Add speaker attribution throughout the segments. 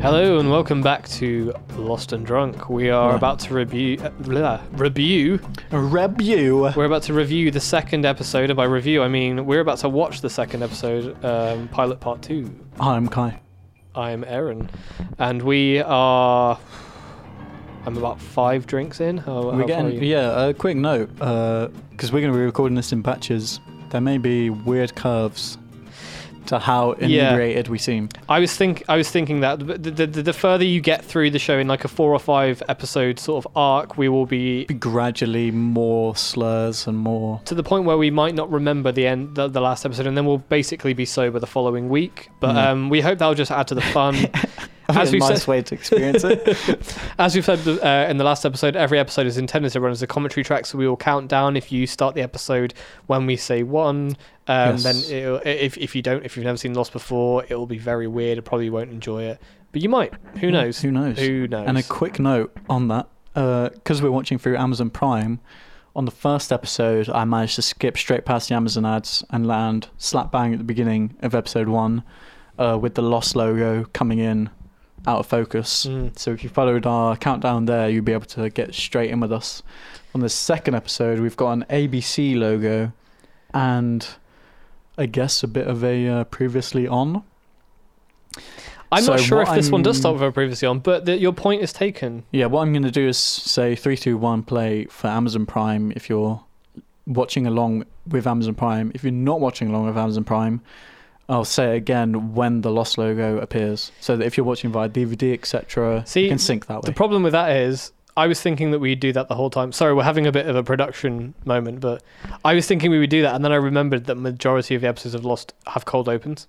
Speaker 1: Hello and welcome back to Lost and Drunk. We are about to review, uh, blah, review.
Speaker 2: Review.
Speaker 1: We're about to review the second episode. And by review, I mean we're about to watch the second episode, um, pilot part two.
Speaker 2: I'm Kai.
Speaker 1: I'm Aaron, and we are. I'm about five drinks in. How, how
Speaker 2: We're
Speaker 1: far are
Speaker 2: getting
Speaker 1: you?
Speaker 2: yeah. A quick note, because we're going to be recording this in batches. There may be weird curves to how
Speaker 1: Yeah.
Speaker 2: inebriated we seem.
Speaker 1: I was think I was thinking that the, the, the, the further you get through the show in like a four or five episode sort of arc, we will be
Speaker 2: Be Gradually, more slurs and more.
Speaker 1: to the point where we might not remember the end the, the last episode and then we'll basically be sober the following week but
Speaker 2: Mm.
Speaker 1: um, we hope that'll just add to the fun As
Speaker 2: As a
Speaker 1: we've
Speaker 2: nice
Speaker 1: said-
Speaker 2: way to experience it.
Speaker 1: as we've said uh, in the last episode every episode is intended to run as a commentary track so we will count down if you start the episode when we say one um,
Speaker 2: Yes.
Speaker 1: then it'll, if, if you don't if you've never seen lost before it'll be very weird and probably won't enjoy it but you might who knows
Speaker 2: Who knows?
Speaker 1: who knows
Speaker 2: And a quick note on that, because we're watching through Amazon Prime. On the first episode, I managed to skip straight past the Amazon ads and land slap bang at the beginning of episode one, uh, with the Lost logo coming in out of focus.
Speaker 1: Mm.
Speaker 2: So if you followed our countdown there, you'll be able to get straight in with us. On the second episode, we've got an ABC logo, and I guess a bit of a uh, previously on.
Speaker 1: i'm not
Speaker 2: So
Speaker 1: sure if
Speaker 2: what
Speaker 1: this one does start
Speaker 2: I'm-
Speaker 1: with a previously on but the, your point is taken
Speaker 2: Yeah, what I'm going to do is say three, two, one, play for Amazon Prime if you're watching along with Amazon Prime. If you're not watching along with Amazon Prime, I'll say it again when the Lost logo appears. So that if you're watching via DVD, etc.,
Speaker 1: See,
Speaker 2: you can sync that way.
Speaker 1: The problem with that is, I was thinking that we'd do that the whole time. Sorry, we're having a bit of a production moment, but I was thinking we would do that, and then I remembered that majority of the episodes of Lost have cold opens.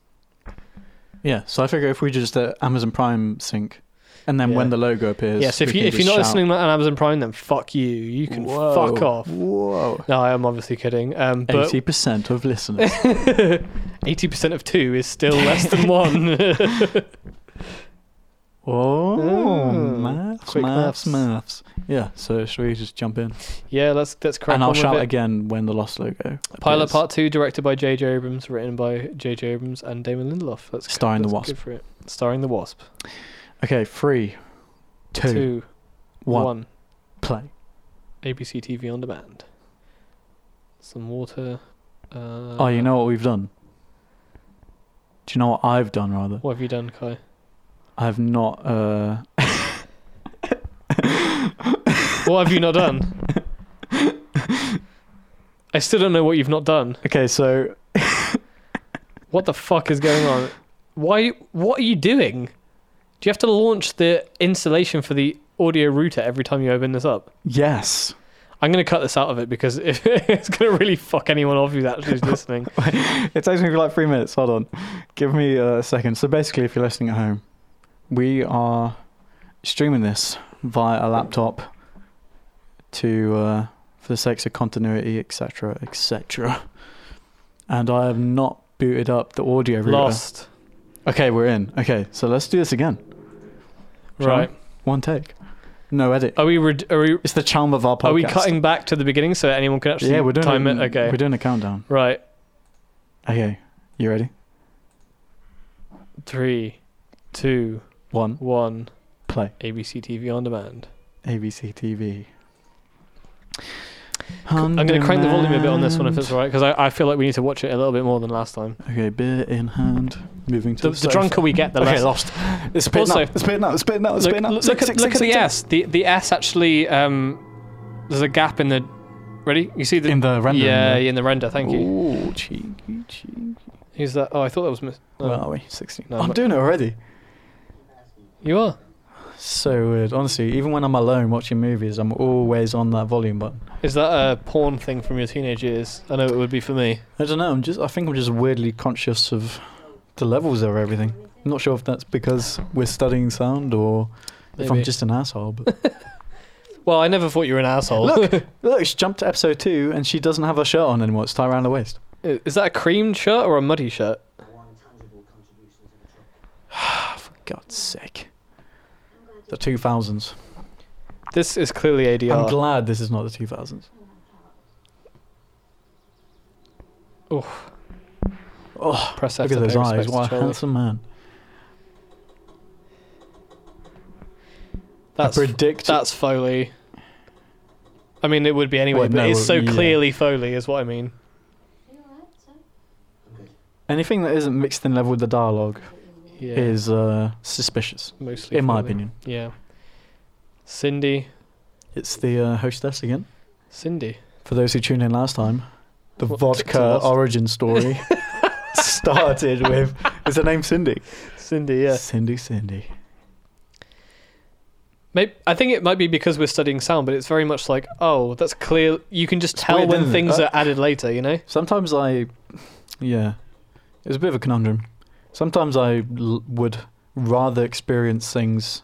Speaker 2: yeah, so I figure if we just uh, Amazon Prime sync, and then when
Speaker 1: Yeah.
Speaker 2: the logo appears.
Speaker 1: yeah, so if
Speaker 2: we
Speaker 1: you
Speaker 2: can
Speaker 1: if you're not
Speaker 2: just shout.
Speaker 1: listening on Amazon Prime, then fuck you. You can fuck
Speaker 2: Whoa,
Speaker 1: off.
Speaker 2: Whoa.
Speaker 1: No, I am obviously kidding. Um, but
Speaker 2: Eighty percent of listeners.
Speaker 1: eighty percent of two is still less than one.
Speaker 2: oh,
Speaker 1: Mm.
Speaker 2: maths,
Speaker 1: Quick
Speaker 2: maths,
Speaker 1: maths.
Speaker 2: maths. Yeah, so should we just jump in?
Speaker 1: yeah, let's let's crack
Speaker 2: and
Speaker 1: on
Speaker 2: I'll
Speaker 1: with
Speaker 2: shout
Speaker 1: it.
Speaker 2: again when the Lost logo.
Speaker 1: Pilot
Speaker 2: appears.
Speaker 1: Part Two, directed by J.J. Abrams, written by J.J. Abrams and Damon Lindelof. Let's go-
Speaker 2: Starring the
Speaker 1: let's
Speaker 2: Wasp.
Speaker 1: go for it. Starring the Wasp.
Speaker 2: Okay, three, two,
Speaker 1: Two,
Speaker 2: one,
Speaker 1: one.
Speaker 2: play.
Speaker 1: ABC TV on demand. Some water. Uh,
Speaker 2: oh, you know what we've done? Do you know what I've done, rather?
Speaker 1: What have you done, Kai?
Speaker 2: I've not. Uh,
Speaker 1: What have you not done? I still don't know what you've not done.
Speaker 2: okay, so
Speaker 1: What the fuck is going on? Why? What are you doing? Do you have to launch the installation for the audio router every time you open this up?
Speaker 2: yes.
Speaker 1: I'm gonna cut this out of it because if, it's gonna really fuck anyone off who's actually listening.
Speaker 2: It takes me like three minutes. Hold on. Give me a second. So basically, if you're listening at home, we are streaming this via a laptop to uh, for the sakes of continuity, etc., etc. And I have not booted up the audio router.
Speaker 1: Lost.
Speaker 2: Okay, we're in. Okay, so let's do this again. Shall we?
Speaker 1: Right.
Speaker 2: One take. No edit.
Speaker 1: Are we? Re- are we?
Speaker 2: It's the charm of our podcast.
Speaker 1: Are we cutting back to the beginning so anyone can actually
Speaker 2: Yeah, we're doing
Speaker 1: time
Speaker 2: a,
Speaker 1: it? Okay.
Speaker 2: We're doing a countdown.
Speaker 1: Right.
Speaker 2: Okay, you ready?
Speaker 1: Three, two,
Speaker 2: One,
Speaker 1: one.
Speaker 2: play.
Speaker 1: ABC TV on demand.
Speaker 2: ABC TV.
Speaker 1: I'm going to crank the volume a bit on this one if it's alright, because I, I feel like we need to watch it a little bit more than last time.
Speaker 2: Okay, beer in hand. Moving to
Speaker 1: The,
Speaker 2: the,
Speaker 1: the drunker we get, the less.
Speaker 2: Okay, lost. It's spitting
Speaker 1: Also-
Speaker 2: out. It's spitting out. It's spitting out. It's
Speaker 1: look
Speaker 2: spitting out.
Speaker 1: look, at, look at the S. The the S actually um, there's a gap in the. Ready? You see the.
Speaker 2: in the render.
Speaker 1: yeah, in the render. Thank you.
Speaker 2: Ooh, cheeky, cheeky.
Speaker 1: Who's that? Oh, I thought that was. Miss- no.
Speaker 2: Where are we? 16.
Speaker 1: No,
Speaker 2: I'm
Speaker 1: but-
Speaker 2: doing it already.
Speaker 1: you are.
Speaker 2: So weird. Honestly, even when I'm alone watching movies, I'm always on that volume button.
Speaker 1: Is that a porn thing from your teenage years? I know it would be for me.
Speaker 2: I don't know. I'm just. I think I'm just weirdly conscious of the levels of everything. I'm not sure if that's because we're studying sound or if I'm
Speaker 1: Maybe.
Speaker 2: just an asshole. But
Speaker 1: Well, I never thought you were an asshole.
Speaker 2: look, look, she jumped to episode two and she doesn't have her shirt on anymore. It's tied around her waist.
Speaker 1: Is that a creamed shirt or a muddy shirt?
Speaker 2: Ah, For God's sake. The 2000s.
Speaker 1: This is clearly
Speaker 2: I'm
Speaker 1: ADR.
Speaker 2: glad this is not the 2000s.
Speaker 1: Oof.
Speaker 2: Oh,
Speaker 1: Press F
Speaker 2: look at
Speaker 1: to
Speaker 2: those
Speaker 1: pay
Speaker 2: eyes.
Speaker 1: respects to
Speaker 2: What a
Speaker 1: Charlie.
Speaker 2: handsome man.
Speaker 1: That's
Speaker 2: I predict
Speaker 1: that's Foley. I mean, it would be anyway,
Speaker 2: Wait,
Speaker 1: but
Speaker 2: no,
Speaker 1: it's so
Speaker 2: yeah.
Speaker 1: clearly Foley, is what I mean.
Speaker 2: anything that isn't mixed in level with the dialogue
Speaker 1: Yeah,
Speaker 2: is uh, suspicious,
Speaker 1: mostly
Speaker 2: in my
Speaker 1: Foley.
Speaker 2: opinion.
Speaker 1: Yeah, Cindy,
Speaker 2: It's the uh, hostess again.
Speaker 1: Cindy.
Speaker 2: For those who tuned in last time, the
Speaker 1: What-
Speaker 2: vodka
Speaker 1: lost-
Speaker 2: origin story started with is her name Cindy?
Speaker 1: Cindy, yeah.
Speaker 2: Cindy, Cindy.
Speaker 1: Maybe, I think it might be because we're studying sound, but it's very much like, oh, that's clear. You can just tell
Speaker 2: weird,
Speaker 1: when
Speaker 2: isn't it?
Speaker 1: things
Speaker 2: Uh,
Speaker 1: are added later, you know?
Speaker 2: Sometimes I, yeah, it's a bit of a conundrum. Sometimes I l- would rather experience things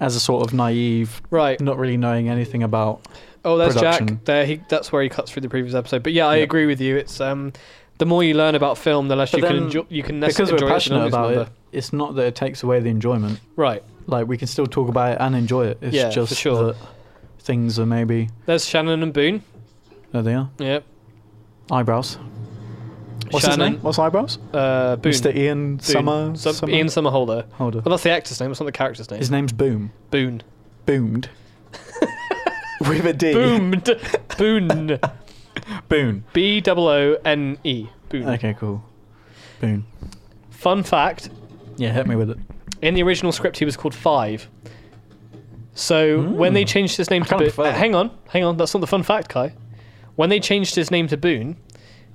Speaker 2: as a sort of naive,
Speaker 1: Right.
Speaker 2: not really knowing anything about.
Speaker 1: Oh, there's
Speaker 2: production.
Speaker 1: Jack. There, he, that's where he cuts through the previous episode. But yeah, I
Speaker 2: Yeah.
Speaker 1: agree with you. It's um, the more you learn about film, the less
Speaker 2: But
Speaker 1: you can
Speaker 2: then,
Speaker 1: enjoy. You can nec-
Speaker 2: Because we're
Speaker 1: enjoy it
Speaker 2: passionate
Speaker 1: as an
Speaker 2: about
Speaker 1: audience
Speaker 2: it, it's not that it takes away the enjoyment.
Speaker 1: member. Right.
Speaker 2: Like we can still talk about it and enjoy it. It's
Speaker 1: Yeah, for
Speaker 2: just
Speaker 1: sure.
Speaker 2: that things are maybe
Speaker 1: There's Shannon and Boone.
Speaker 2: there they are.
Speaker 1: Yep.
Speaker 2: Eyebrows. What's his
Speaker 1: Shannon,
Speaker 2: name? What's eyebrows?
Speaker 1: Uh, Boone.
Speaker 2: Mr. Ian
Speaker 1: Boone.
Speaker 2: Summer.
Speaker 1: Some-
Speaker 2: Summer?
Speaker 1: Ian Summerholder.
Speaker 2: Holder.
Speaker 1: Well, that's the actor's name. It's not the character's name.
Speaker 2: His name's Boom.
Speaker 1: Boone.
Speaker 2: Boomed. With a D.
Speaker 1: Boomed. Boone.
Speaker 2: Boone.
Speaker 1: B O O N E. Boone.
Speaker 2: Okay, cool. Boone.
Speaker 1: Fun fact
Speaker 2: Yeah, hit me with it.
Speaker 1: In the original script, he was called Five. So when
Speaker 2: Hmm.
Speaker 1: they changed his name
Speaker 2: I
Speaker 1: to
Speaker 2: kinda
Speaker 1: Boone,
Speaker 2: prefer that.
Speaker 1: hang on, hang on, that's not the fun fact, Kai. When they changed his name to Boone,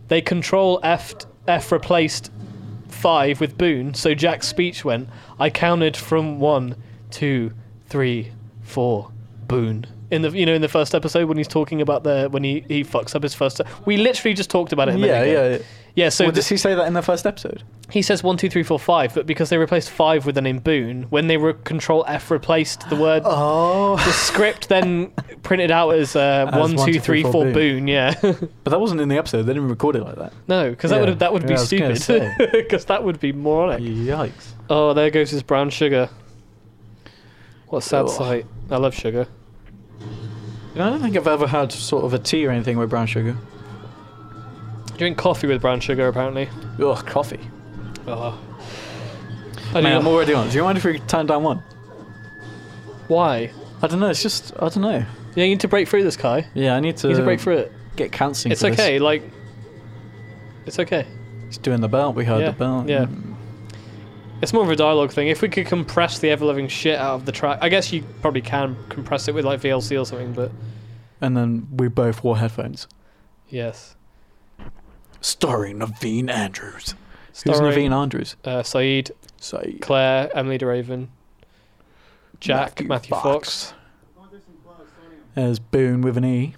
Speaker 1: they Control F F replaced Five with Boone. So Jack's speech went, "I counted from one, two, three, four, Boone." In the you know in the first episode when he's talking about the when he he fucks up his first. We literally just talked about it. A minute
Speaker 2: Yeah,
Speaker 1: ago.
Speaker 2: yeah.
Speaker 1: yeah. So
Speaker 2: well,
Speaker 1: the-
Speaker 2: does he say that in the first episode?
Speaker 1: he says one, two, three, four, five, but because they replaced five with the name Boone, when they re- Control F replaced the word,
Speaker 2: Oh.
Speaker 1: the script then printed out as, uh,
Speaker 2: As
Speaker 1: one, two, three, four, Boone. Yeah,
Speaker 2: But that wasn't in the episode. They didn't record it like that.
Speaker 1: no, because that
Speaker 2: Yeah.
Speaker 1: would that would
Speaker 2: Yeah,
Speaker 1: be
Speaker 2: I was gonna
Speaker 1: stupid. Because that would be moronic.
Speaker 2: Yikes.
Speaker 1: Oh, there goes his brown sugar. What a sad
Speaker 2: Oh.
Speaker 1: sight. I love sugar.
Speaker 2: You know, I don't think I've ever had sort of a tea or anything with brown sugar.
Speaker 1: Drink coffee with brown sugar, apparently.
Speaker 2: Ugh, coffee.
Speaker 1: Oh. I
Speaker 2: I
Speaker 1: do
Speaker 2: Man, I'm
Speaker 1: not-
Speaker 2: already on. Do you mind if we turn down one?
Speaker 1: Why?
Speaker 2: I don't know. It's just I don't know.
Speaker 1: Yeah, you need to break through this, Kai.
Speaker 2: Yeah, I need to
Speaker 1: You need to break through it.
Speaker 2: get counseling.
Speaker 1: It's
Speaker 2: for this.
Speaker 1: okay. Like, it's okay.
Speaker 2: He's doing the belt. We heard
Speaker 1: Yeah,
Speaker 2: the belt.
Speaker 1: yeah.
Speaker 2: Mm.
Speaker 1: It's more of a dialogue thing. If we could compress the ever living shit out of the track, I guess you probably can compress it with like VLC or something. But
Speaker 2: And then we both wore headphones.
Speaker 1: yes,
Speaker 2: Starring Naveen Andrews. Who's
Speaker 1: Starring,
Speaker 2: Naveen Andrews?
Speaker 1: uh, Saeed,
Speaker 2: Say
Speaker 1: Claire, Emily de Raven, Jack, Matthew, Fox,
Speaker 2: As Boone with an E,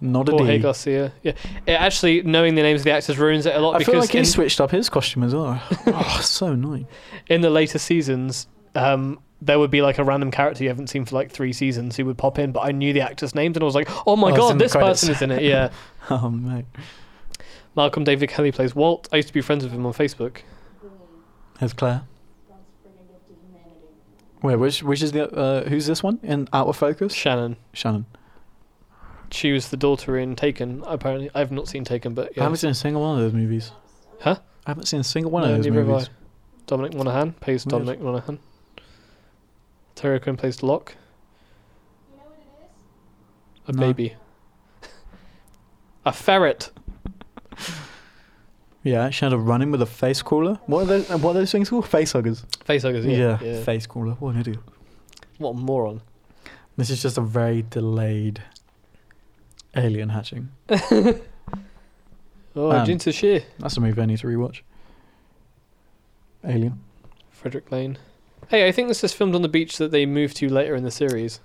Speaker 2: not a D.
Speaker 1: Jorge Garcia. Yeah, It actually knowing the names of the actors ruins it a lot
Speaker 2: I
Speaker 1: because
Speaker 2: feel like he
Speaker 1: in,
Speaker 2: switched up his costume as well. oh, so annoying.
Speaker 1: in the later seasons, um, there would be like a random character you haven't seen for like three seasons who would pop in, but I knew the actors' names and I was like, oh my
Speaker 2: Oh, it's in
Speaker 1: god,
Speaker 2: the
Speaker 1: this
Speaker 2: credits.
Speaker 1: person is in it. Yeah,
Speaker 2: Oh mate,
Speaker 1: Malcolm David Kelly plays Walt. I used to be friends with him on Facebook.
Speaker 2: as Claire. Wait, which which is the uh, who's this one in Out of Focus?
Speaker 1: Shannon.
Speaker 2: Shannon.
Speaker 1: she was the daughter in Taken. Apparently, I've not seen Taken, but
Speaker 2: I
Speaker 1: yeah.
Speaker 2: haven't seen a single one of those movies.
Speaker 1: Huh?
Speaker 2: I haven't seen a single one
Speaker 1: No,
Speaker 2: of those
Speaker 1: neither have I.
Speaker 2: movies.
Speaker 1: Dominic Monaghan plays
Speaker 2: Weird.
Speaker 1: Dominic Monaghan. Terry Quinn plays Locke, a
Speaker 2: No.
Speaker 1: baby, a ferret.
Speaker 2: Yeah, I actually had a run in with a face crawler. What are those? What are those things called? Face huggers.
Speaker 1: Facehuggers. Yeah. yeah.
Speaker 2: face crawler. What an idiot.
Speaker 1: what a moron.
Speaker 2: This is just a very delayed alien hatching.
Speaker 1: Oh,
Speaker 2: Um,
Speaker 1: Jinta Shear.
Speaker 2: That's a movie I need to rewatch. Alien.
Speaker 1: Frederick Lane. Hey, I think this is filmed on the beach that they moved to later in the series.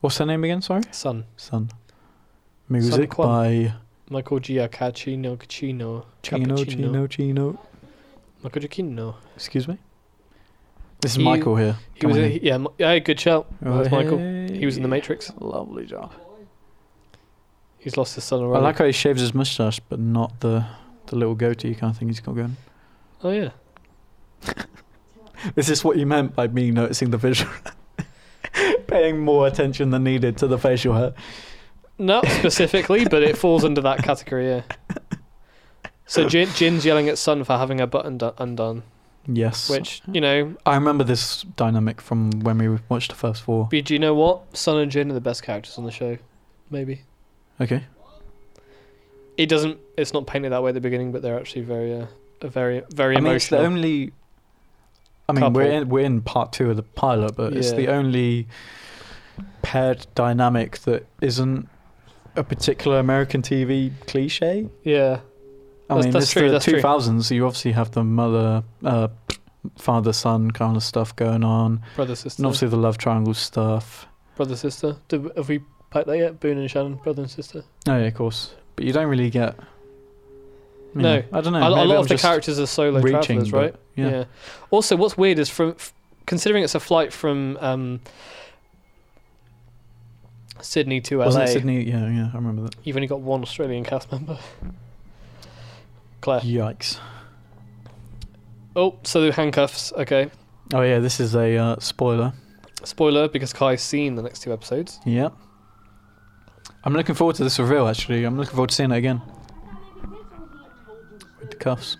Speaker 2: What's her name again? Sorry.
Speaker 1: Sun.
Speaker 2: Sun. Music
Speaker 1: Kwon.
Speaker 2: by
Speaker 1: Michael Giacchino Cacino.
Speaker 2: Chino Chino Chino.
Speaker 1: Michael Giacchino.
Speaker 2: Excuse me. This is
Speaker 1: He-
Speaker 2: Michael here.
Speaker 1: He
Speaker 2: Come
Speaker 1: was
Speaker 2: on
Speaker 1: a,
Speaker 2: in.
Speaker 1: yeah, Mi- yeah, good shout.
Speaker 2: Oh,
Speaker 1: That's Michael. He was in The
Speaker 2: hey.
Speaker 1: Matrix.
Speaker 2: Lovely job.
Speaker 1: He's lost his son
Speaker 2: I
Speaker 1: already.
Speaker 2: like how he shaves his mustache, but not the the little goatee kind of thing he's got going.
Speaker 1: oh, yeah.
Speaker 2: Is this what you meant by me noticing the visual? Paying more attention than needed to the facial hair.
Speaker 1: Not specifically, but it falls under that category, yeah. So Jin, Jin's yelling at Sun for having her butt undo- undone.
Speaker 2: Yes.
Speaker 1: which you know.
Speaker 2: I remember this dynamic from when we watched the first four.
Speaker 1: But do you know what? Sun and Jin are the best characters on the show. Maybe
Speaker 2: Okay.
Speaker 1: it doesn't. It's not painted that way at the beginning, but they're actually very, uh, a very, very
Speaker 2: I mean, it's the
Speaker 1: emotional.
Speaker 2: only. I mean, we're
Speaker 1: Couple.
Speaker 2: in, we're in part two of the pilot, but it's
Speaker 1: Yeah.
Speaker 2: the only paired dynamic that isn't a particular American TV cliche.
Speaker 1: yeah,
Speaker 2: I
Speaker 1: That's-
Speaker 2: mean,
Speaker 1: that's
Speaker 2: it's
Speaker 1: true,
Speaker 2: the
Speaker 1: that's true.
Speaker 2: 2000s. So you obviously have the mother, uh, father, son kind of stuff going on,
Speaker 1: brother sister.
Speaker 2: and obviously the love triangle stuff.
Speaker 1: brother sister. Did, have we played that yet? Boone and Shannon, brother and sister.
Speaker 2: Oh yeah, of course. But you don't really get. you
Speaker 1: No.
Speaker 2: know, I don't know.
Speaker 1: a, a
Speaker 2: maybe
Speaker 1: lot
Speaker 2: I'm
Speaker 1: of the
Speaker 2: just
Speaker 1: characters are solo
Speaker 2: reaching,
Speaker 1: travelers,
Speaker 2: but
Speaker 1: right?
Speaker 2: Yeah.
Speaker 1: Also, what's weird is from f- considering it's a flight from um, Sydney to LA.
Speaker 2: Wasn't it Sydney? Yeah, yeah, I remember that.
Speaker 1: You've only got one Australian cast member, Claire.
Speaker 2: Yikes.
Speaker 1: Oh, so handcuffs. Okay,
Speaker 2: Oh yeah, this is a uh, spoiler.
Speaker 1: spoiler because Kai's seen the next two episodes.
Speaker 2: Yeah. I'm looking forward to this reveal. Actually, I'm looking forward to seeing it again with the cuffs.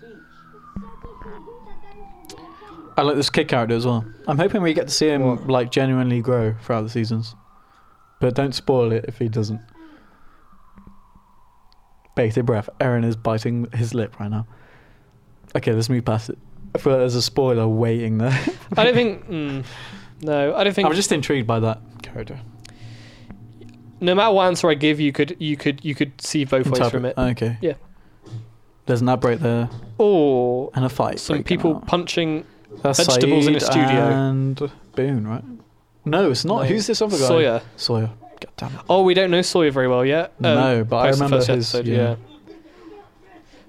Speaker 2: I like this kid character as well. I'm hoping we get to see him
Speaker 1: What?
Speaker 2: like genuinely grow throughout the seasons, but don't spoil it if he doesn't. Bated breath. Aaron is biting his lip right now. Okay, let's move past it. I feel like there's a spoiler waiting there.
Speaker 1: I don't think. Mm, no, I don't think.
Speaker 2: I'm just intrigued by that character.
Speaker 1: no matter what answer I give, you could you could you could see both ways from it.
Speaker 2: Interpret- Oh. Okay.
Speaker 1: Yeah.
Speaker 2: There's an outbreak there
Speaker 1: Or
Speaker 2: and a fight.
Speaker 1: some
Speaker 2: breaking
Speaker 1: people
Speaker 2: out.
Speaker 1: punching
Speaker 2: That's
Speaker 1: vegetables in a
Speaker 2: Saeed
Speaker 1: studio.
Speaker 2: And Boone, right? No, it's not.
Speaker 1: No.
Speaker 2: Who's this other guy?
Speaker 1: Sawyer.
Speaker 2: Sawyer. God damn it.
Speaker 1: Oh, we don't know Sawyer very well yet.
Speaker 2: No, but I
Speaker 1: post the
Speaker 2: remember
Speaker 1: first
Speaker 2: his- yeah.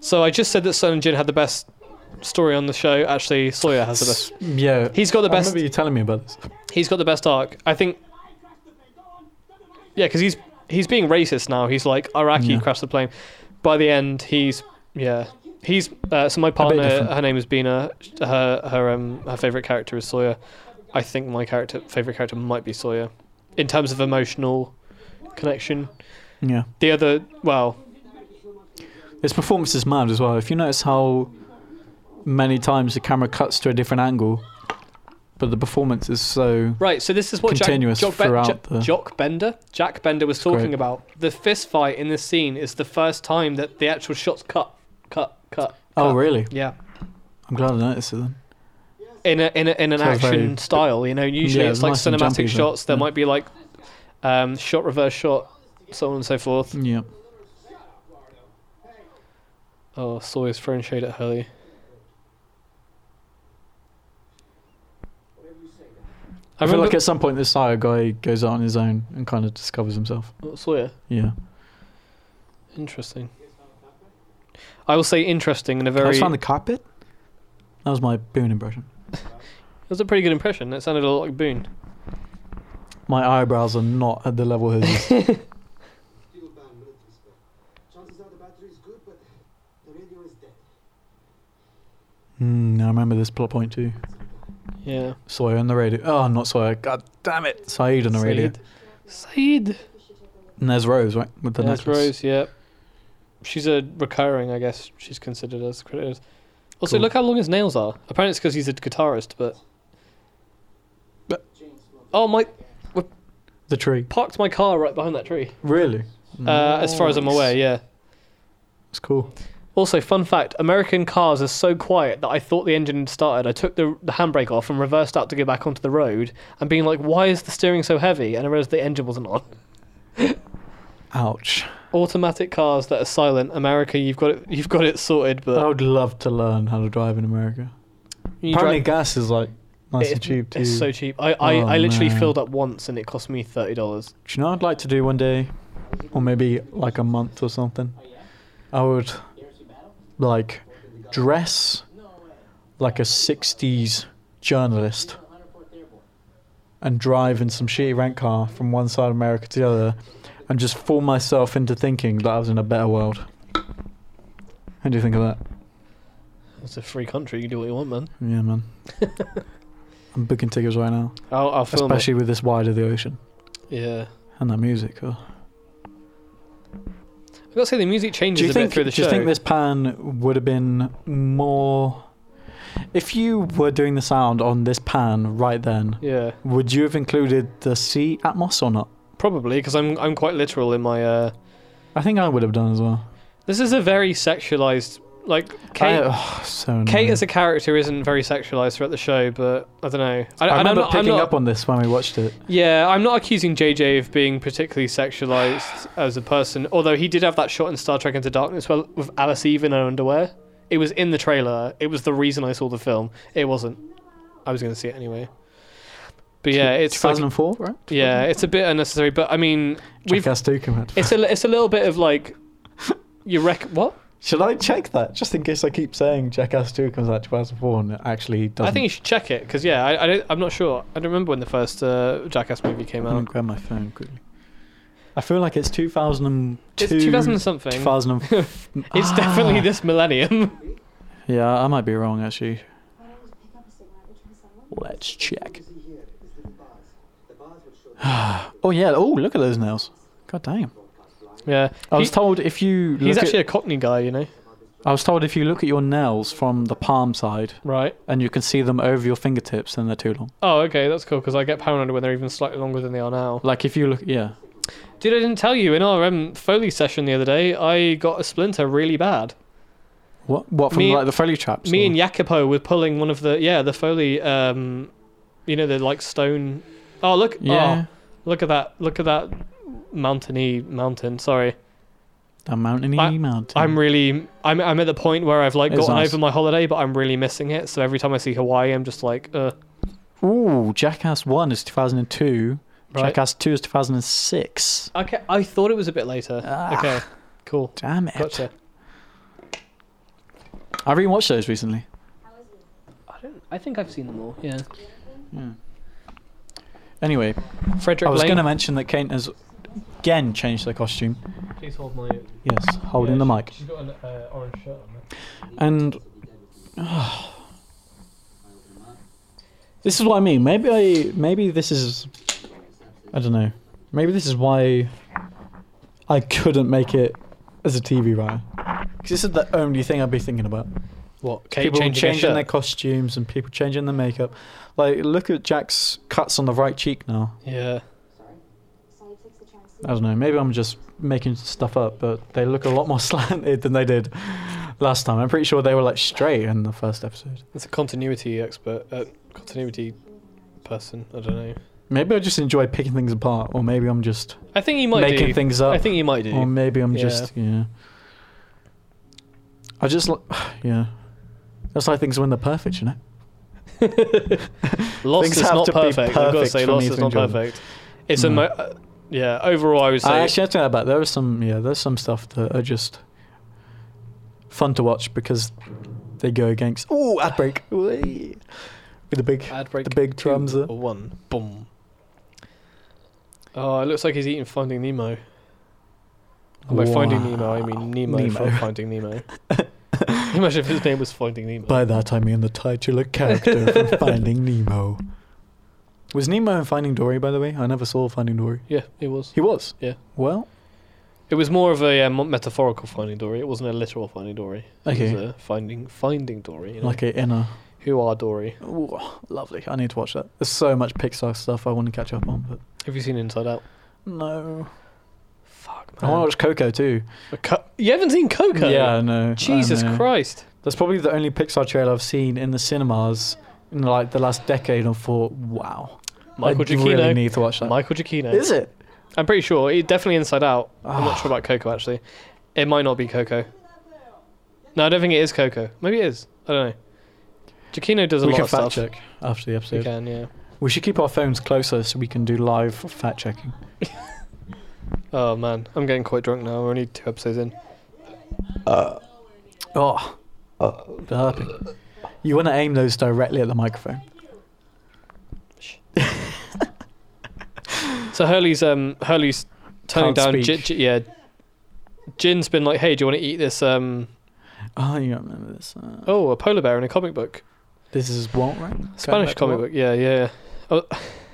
Speaker 1: So I just said that Sun and Jin had the best story on the show. Actually, Sawyer has the best.
Speaker 2: S- Yeah.
Speaker 1: He's got the
Speaker 2: I
Speaker 1: best.
Speaker 2: remember you telling me about this.
Speaker 1: He's got the best arc. I think. Yeah, because he's he's being racist now. He's like Iraqi
Speaker 2: Yeah.
Speaker 1: crashed the plane. By the end, he's yeah. He's uh, so my partner.
Speaker 2: different.
Speaker 1: Her name is Bina. Her her um her favorite character is Sawyer. I think my character favorite character might be Sawyer, in terms of emotional connection.
Speaker 2: Yeah.
Speaker 1: The other well,
Speaker 2: His performance is mad as well. If you notice how many times the camera cuts to a different angle, but the performance is so.
Speaker 1: Right, so this is what Jack,
Speaker 2: Continuous
Speaker 1: Jock, Ben-
Speaker 2: throughout
Speaker 1: Jack-
Speaker 2: the-
Speaker 1: Jock Bender, Jack Bender was talking
Speaker 2: great.
Speaker 1: about. The fist fight in this scene is the first time that the actual shots cut, cut, cut.
Speaker 2: Oh,
Speaker 1: cut.
Speaker 2: really?
Speaker 1: Yeah,
Speaker 2: I'm glad I noticed it then.
Speaker 1: in a, in, a, in an
Speaker 2: So
Speaker 1: action
Speaker 2: very-
Speaker 1: style, you know. Usually
Speaker 2: Yeah,
Speaker 1: it's like
Speaker 2: nice and jumpy,
Speaker 1: cinematic
Speaker 2: though.
Speaker 1: shots. There
Speaker 2: Yeah.
Speaker 1: might be like um, shot, reverse shot, so on and so forth.
Speaker 2: Yeah.
Speaker 1: Oh, Sawyer's throwing shade at Hurley.
Speaker 2: I,
Speaker 1: I
Speaker 2: feel
Speaker 1: remember
Speaker 2: like at some point this Sire guy goes out on his own and kind of discovers himself.
Speaker 1: oh, Sawyer.
Speaker 2: Yeah.
Speaker 1: Interesting. I will say interesting in a very.
Speaker 2: I found the carpet. That was my Boone impression.
Speaker 1: It was a pretty good impression. It sounded a lot like Boone.
Speaker 2: My eyebrows are not at the level his. is.
Speaker 3: Steel band military spec. Chances are the battery is good, but the radio is dead.
Speaker 2: Hmm, I remember this plot point too.
Speaker 1: Yeah.
Speaker 2: Sawyer on the radio. Oh, not Sawyer. God damn it. Saeed on the radio.
Speaker 1: Said.
Speaker 2: And there's Rose, right? With the
Speaker 1: Yes,
Speaker 2: necklace.
Speaker 1: Rose, yeah. She's a recurring, I guess. She's considered as credited. Also,
Speaker 2: Cool.
Speaker 1: look how long his nails are. Apparently, it's because he's a guitarist. But
Speaker 3: James Bond.
Speaker 1: oh my,
Speaker 2: The tree.
Speaker 1: parked my car right behind that tree.
Speaker 2: Really?
Speaker 1: Uh, as far as I'm
Speaker 2: Nice.
Speaker 1: aware, yeah.
Speaker 2: It's cool.
Speaker 1: Also, fun fact: American cars are so quiet that I thought the engine had started. I took the, the handbrake off and reversed out to go back onto the road, and being like, "Why is the steering so heavy?" And I realized the engine wasn't on.
Speaker 2: Ouch.
Speaker 1: Automatic cars that are silent, America, you've got it. You've got it sorted. But
Speaker 2: I would love to learn how to drive in America.
Speaker 1: you
Speaker 2: Apparently,
Speaker 1: drive-
Speaker 2: gas is like nice and
Speaker 1: It's-
Speaker 2: cheap too.
Speaker 1: It's so cheap. I, I,
Speaker 2: Oh,
Speaker 1: I literally
Speaker 2: man.
Speaker 1: filled up once and it cost me thirty dollars.
Speaker 2: Do you know what I'd like to do one day? Or maybe like a month or something? I would like dress like a 60s journalist and drive in some shitty rent car from one side of America to the other and just fool myself into thinking that I was in a better world. How do you think of that?
Speaker 1: It's a free country. You can do what you want, man.
Speaker 2: Yeah, man. I'm booking tickets right now,
Speaker 1: I'll, I'll film
Speaker 2: especially with this wide of the ocean
Speaker 1: it. Yeah.
Speaker 2: and that music. Oh.
Speaker 1: I gotta say the music changes
Speaker 2: do you
Speaker 1: a
Speaker 2: think
Speaker 1: bit through the
Speaker 2: do
Speaker 1: show.
Speaker 2: you think this pan would have been more If you were doing the sound on this pan right then,
Speaker 1: Yeah,
Speaker 2: would you have included the sea Atmos or not?
Speaker 1: probably because I'm I'm quite literal in my. Uh,
Speaker 2: I think I would have done as well.
Speaker 1: this is a very sexualized like
Speaker 2: I,
Speaker 1: Kate.
Speaker 2: oh, so annoying.
Speaker 1: Kate as a character isn't very sexualized throughout the show, but I don't know. I,
Speaker 2: I
Speaker 1: and I'm
Speaker 2: remember
Speaker 1: not- I'm
Speaker 2: picking
Speaker 1: not-
Speaker 2: up on this when we watched it.
Speaker 1: Yeah, I'm not accusing JJ of being particularly sexualized as a person, although he did have that shot in Star Trek Into Darkness well, with Alice Eve in her underwear. It was in the trailer. It was the reason I saw the film. It wasn't. I was going to see it anyway. But yeah, it's like,
Speaker 2: 2004, right?
Speaker 1: yeah, it's a bit unnecessary. But I mean, we've
Speaker 2: Jackass 2 came out.
Speaker 1: it's a it's a little bit of like you rec what?
Speaker 2: Should I check that just in case I keep saying Jackass 2 comes out 2004 and it actually doesn't?
Speaker 1: I think you should check it because yeah, I, I don't, I'm not sure. I don't remember when the first uh, Jackass movie came
Speaker 2: I'm gonna
Speaker 1: out.
Speaker 2: grab my phone quickly. I feel like it's 2002.
Speaker 1: It's 2000 something.
Speaker 2: 2000.
Speaker 1: It's
Speaker 2: Ah.
Speaker 1: definitely this millennium.
Speaker 2: Yeah, I might be wrong actually.
Speaker 4: Why don't you pick up a cigarette between someone?
Speaker 2: Let's check.
Speaker 3: You see here is the bars. The bars will show the
Speaker 2: Oh yeah. Oh look at those nails. God damn.
Speaker 3: broadcast line.
Speaker 1: yeah,
Speaker 2: I was
Speaker 1: He-
Speaker 2: told if you look
Speaker 1: He's
Speaker 2: at-
Speaker 1: actually a Cockney guy, you know.
Speaker 2: I was told if you look at your nails from the palm side
Speaker 1: Right.
Speaker 2: and you can see them over your fingertips, then they're too long.
Speaker 1: Oh, okay, that's cool because I get paranoid when they're even slightly longer than they are now.
Speaker 2: Like if you look, yeah.
Speaker 1: Dude, I didn't tell you in our um, Foley session the other day, I got a splinter really bad.
Speaker 2: What? What from
Speaker 1: Me-
Speaker 2: like the foliage traps?
Speaker 1: Me
Speaker 2: or-
Speaker 1: and Jacopo were pulling one of the yeah the Foley, um, you know the like stone. Oh look!
Speaker 2: yeah.
Speaker 1: Oh, look at that! Look at that mountainy mountain. Sorry,
Speaker 2: The mountainy
Speaker 1: I-
Speaker 2: mountain.
Speaker 1: I'm really I'm I'm at the point where I've like
Speaker 2: It's
Speaker 1: gotten
Speaker 2: nice.
Speaker 1: over my holiday, but I'm really missing it. So every time I see Hawaii, I'm just like, uh,
Speaker 2: Ooh, Jackass One is 2002.
Speaker 1: right.
Speaker 2: Jackass Two is 2006.
Speaker 1: Okay, I thought it was a bit later.
Speaker 2: Ah.
Speaker 1: Okay, cool.
Speaker 2: Damn it!
Speaker 1: Gotcha.
Speaker 2: I rewatched those recently.
Speaker 4: How is it?
Speaker 1: I don't. I think I've seen them all. Yeah.
Speaker 2: Hmm. Anyway,
Speaker 1: Frederick
Speaker 2: I was
Speaker 1: Lane.
Speaker 2: going to mention that Kate has again changed their costume.
Speaker 1: Please hold my.
Speaker 2: Yes, holding the mic.
Speaker 1: She's got an uh, orange shirt on.
Speaker 2: And this is what I mean. Maybe I maybe this is I don't know. Maybe this is why I couldn't make it as a TV writer. Because this is the only thing I'd be thinking about.
Speaker 1: What? Kate
Speaker 2: people
Speaker 1: changing, her
Speaker 2: changing their
Speaker 1: shirt?
Speaker 2: costumes and people changing their makeup. Like look at Jack's cuts on the right cheek now.
Speaker 1: Yeah.
Speaker 4: So he takes the chance.
Speaker 2: I don't know. Maybe I'm just making stuff up, but they look a lot more slanted than they did last time. I'm pretty sure they were like straight in the first episode.
Speaker 1: It's a continuity expert. Uh, continuity person. I don't know.
Speaker 2: Maybe I just enjoy picking things apart, or maybe I'm just
Speaker 1: I think you might
Speaker 2: making
Speaker 1: do.
Speaker 2: things up,
Speaker 1: I think you might do.
Speaker 2: or maybe I'm
Speaker 1: Yeah.
Speaker 2: just yeah. I just li- yeah. That's why things when they're perfect, you know.
Speaker 1: Lost
Speaker 2: things
Speaker 1: is
Speaker 2: have
Speaker 1: not
Speaker 2: to be
Speaker 1: perfect. I've got to
Speaker 2: perfect
Speaker 1: say,
Speaker 2: for
Speaker 1: Lost
Speaker 2: me
Speaker 1: is
Speaker 2: to
Speaker 1: not
Speaker 2: enjoy them.
Speaker 1: perfect. It's a. Mo- uh, yeah. Overall, I would say.
Speaker 2: I actually have to know about there was some yeah there's some stuff that are just fun to watch because they go against oh ad break Whee! with the big
Speaker 1: Ad break
Speaker 2: the big
Speaker 1: two
Speaker 2: drums uh, there.
Speaker 1: or one. Boom. Oh, it looks like he's eating Finding Nemo. And by Finding Nemo, I mean Nemo,
Speaker 2: Nemo.
Speaker 1: from Finding Nemo. Imagine if his name was Finding Nemo.
Speaker 2: By that I mean the titular character from Finding Nemo. Was Nemo in Finding Dory by the way? I never saw Finding Dory.
Speaker 1: yeah, it was.
Speaker 2: He was.
Speaker 1: Yeah.
Speaker 2: Well,
Speaker 1: It was more of a um, metaphorical Finding Dory. It wasn't a literal Finding Dory. It was
Speaker 2: Okay.
Speaker 1: a finding Finding Dory. You know?
Speaker 2: like a inner.
Speaker 1: who are Dory?
Speaker 2: Ooh, lovely. I need to watch that. There's so much Pixar stuff I want to catch up on, but
Speaker 1: Have you seen Inside Out?
Speaker 2: no.
Speaker 1: Fuck
Speaker 2: I want to
Speaker 1: man.
Speaker 2: watch Coco too.
Speaker 1: A co- you haven't seen Coco.
Speaker 2: Yeah, I know. I
Speaker 1: Jesus
Speaker 2: know.
Speaker 1: Christ.
Speaker 2: That's probably the only Pixar trailer I've seen in the cinemas in like the last decade. And thought, wow,
Speaker 1: Michael
Speaker 2: I really
Speaker 1: Giacchino.
Speaker 2: need to watch that.
Speaker 1: Michael Giacchino.
Speaker 2: Is it?
Speaker 1: I'm pretty sure. It, definitely Inside Out. I'm not sure
Speaker 2: Ah.
Speaker 1: about Coco actually. It might not be Coco. No, I don't think it is Coco. Maybe it is. I don't know. Giacchino does a
Speaker 2: we
Speaker 1: lot
Speaker 2: can
Speaker 1: of
Speaker 2: fact
Speaker 1: stuff.
Speaker 2: check after the episode.
Speaker 1: We can, yeah.
Speaker 2: We should keep our phones closer so we can do live fact checking.
Speaker 1: Oh man, I'm getting quite drunk now. We're only two episodes in.
Speaker 2: Oh, burping. You want to aim those directly at the microphone.
Speaker 1: So Hurley's um Hurley's turning
Speaker 2: Can't
Speaker 1: down. Gi-
Speaker 2: speak.
Speaker 1: gi- yeah. Jin's been like, hey, do you want to eat this? Um,
Speaker 2: Oh, you don't remember this? Uh,
Speaker 1: oh, a polar bear in a comic book,
Speaker 2: This is what, right? Going
Speaker 1: Spanish
Speaker 2: back to
Speaker 1: comic
Speaker 2: what?
Speaker 1: book. Yeah, yeah. Oh,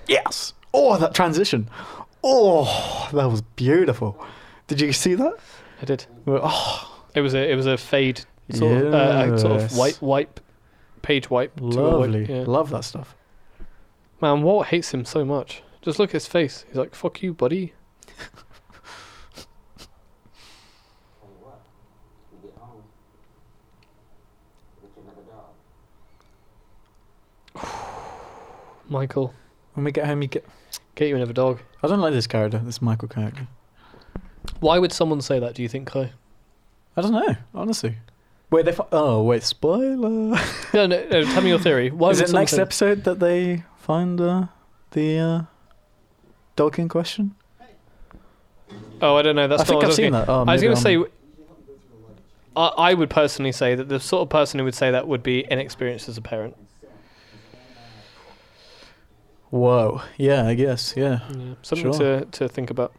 Speaker 2: Yes. Oh, that transition. Oh, that was beautiful. Did you see that?
Speaker 1: I did.
Speaker 2: Oh,
Speaker 1: It was a it was a fade sort of uh, uh, sort of
Speaker 2: Yes.
Speaker 1: white wipe page wipe. to a wipe,
Speaker 2: Lovely.
Speaker 1: yeah.
Speaker 2: Love that stuff.
Speaker 1: Man, Walt hates him so much. Just look at his face. He's like, fuck you, buddy.
Speaker 3: Tell you what, we get home. Get you another dog.
Speaker 1: Michael,
Speaker 2: When we get home, you get.
Speaker 1: get you another dog.
Speaker 2: I don't like this character. This Michael character.
Speaker 1: Why would someone say that, do you think, Kai?
Speaker 2: I don't know. Honestly. Wait. They. Fi- oh wait. Spoiler.
Speaker 1: No, no, no tell me your theory. Why
Speaker 2: Is
Speaker 1: would
Speaker 2: it
Speaker 1: someone
Speaker 2: next
Speaker 1: say-
Speaker 2: episode that they find uh, the uh, dog in question?
Speaker 1: Oh, I don't know. That's
Speaker 2: I think
Speaker 1: not what
Speaker 2: I've
Speaker 1: was
Speaker 2: seen
Speaker 1: thinking.
Speaker 2: that. Oh,
Speaker 1: I was
Speaker 2: maybe
Speaker 1: going to say,
Speaker 2: I'm-
Speaker 1: I, I would personally say that the sort of person who would say that would be inexperienced as a parent.
Speaker 2: Whoa. Yeah. I guess. Yeah.
Speaker 1: Yeah, something
Speaker 2: Sure.
Speaker 1: to, to think about.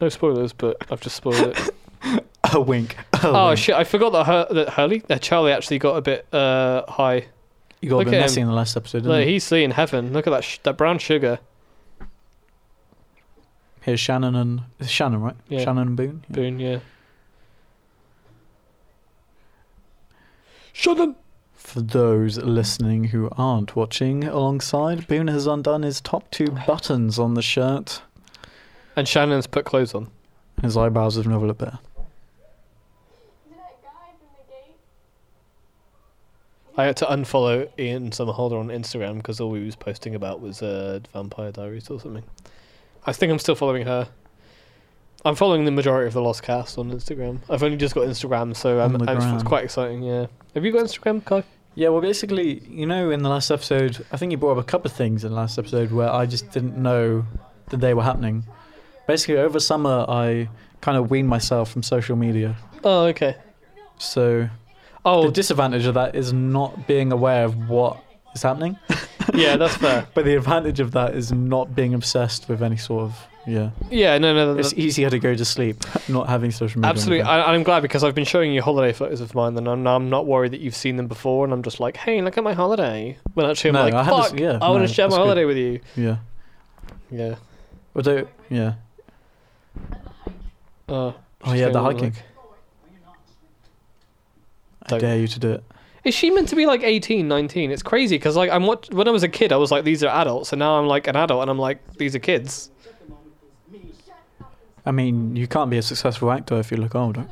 Speaker 1: no spoilers, but I've just spoiled it.
Speaker 2: A wink. A
Speaker 1: oh,
Speaker 2: wink.
Speaker 1: shit. I forgot that, Hur- that Hurley, that Charlie actually got a bit uh, high.
Speaker 2: You got a
Speaker 1: Look
Speaker 2: bit
Speaker 1: at
Speaker 2: messy
Speaker 1: him.
Speaker 2: in the last episode, didn't
Speaker 1: Like,
Speaker 2: you?
Speaker 1: he's seeing heaven. Look at that, sh- that brown sugar.
Speaker 2: Here's Shannon and it's Shannon, right?
Speaker 1: Yeah.
Speaker 2: Shannon and Boone. Yeah.
Speaker 1: Boone, yeah. Shannon!
Speaker 2: For those listening who aren't watching, alongside Boone has undone his top two buttons on the shirt.
Speaker 1: And Shannon's put clothes on.
Speaker 2: His eyebrows have never looked better.
Speaker 4: Did that guy from the gate?
Speaker 1: I had to unfollow Ian Summerholder on Instagram because all he was posting about was uh, Vampire Diaries or something. I think I'm still following her. I'm following the majority of the Lost Cast on Instagram. I've only just got Instagram, so
Speaker 2: On
Speaker 1: um,
Speaker 2: the
Speaker 1: it's- it's
Speaker 2: gram.
Speaker 1: quite exciting, yeah. Have you got Instagram, Kai?
Speaker 2: Yeah, well, basically, you know, in the last episode, I think you brought up a couple of things in the last episode where I just didn't know that they were happening. Basically, over summer, I kind of weaned myself from social media.
Speaker 1: Oh, okay.
Speaker 2: So
Speaker 1: Oh,
Speaker 2: the disadvantage of that is not being aware of what is happening.
Speaker 1: yeah, that's fair.
Speaker 2: But the advantage of that is not being obsessed with any sort of yeah.
Speaker 1: Yeah, no, no, no.
Speaker 2: It's easier to go to sleep not having social media. on
Speaker 1: Absolutely,
Speaker 2: your phone.
Speaker 1: I, I'm glad because I've been showing you holiday photos of mine, and I'm, I'm not worried that you've seen them before. And I'm just like, "Hey, look at my holiday." When actually, I'm
Speaker 2: No,
Speaker 1: like,
Speaker 2: I had this-
Speaker 1: "Fuck,
Speaker 2: yeah,
Speaker 1: I want
Speaker 2: no,
Speaker 1: to share my
Speaker 2: that's good.
Speaker 1: holiday with you."
Speaker 2: yeah.
Speaker 1: Yeah.
Speaker 2: Although yeah.
Speaker 1: Uh,
Speaker 2: Oh
Speaker 1: just
Speaker 2: yeah,
Speaker 1: going
Speaker 2: the
Speaker 1: on, like-
Speaker 2: hiking. I
Speaker 1: Don't-
Speaker 2: dare you to do it.
Speaker 1: Is she meant to be like 18, 19? It's crazy because like I'm what when I was a kid, I was like, "These are adults," and now I'm like an adult, and I'm like, "These are kids."
Speaker 2: I mean, you can't be a successful actor if you look older.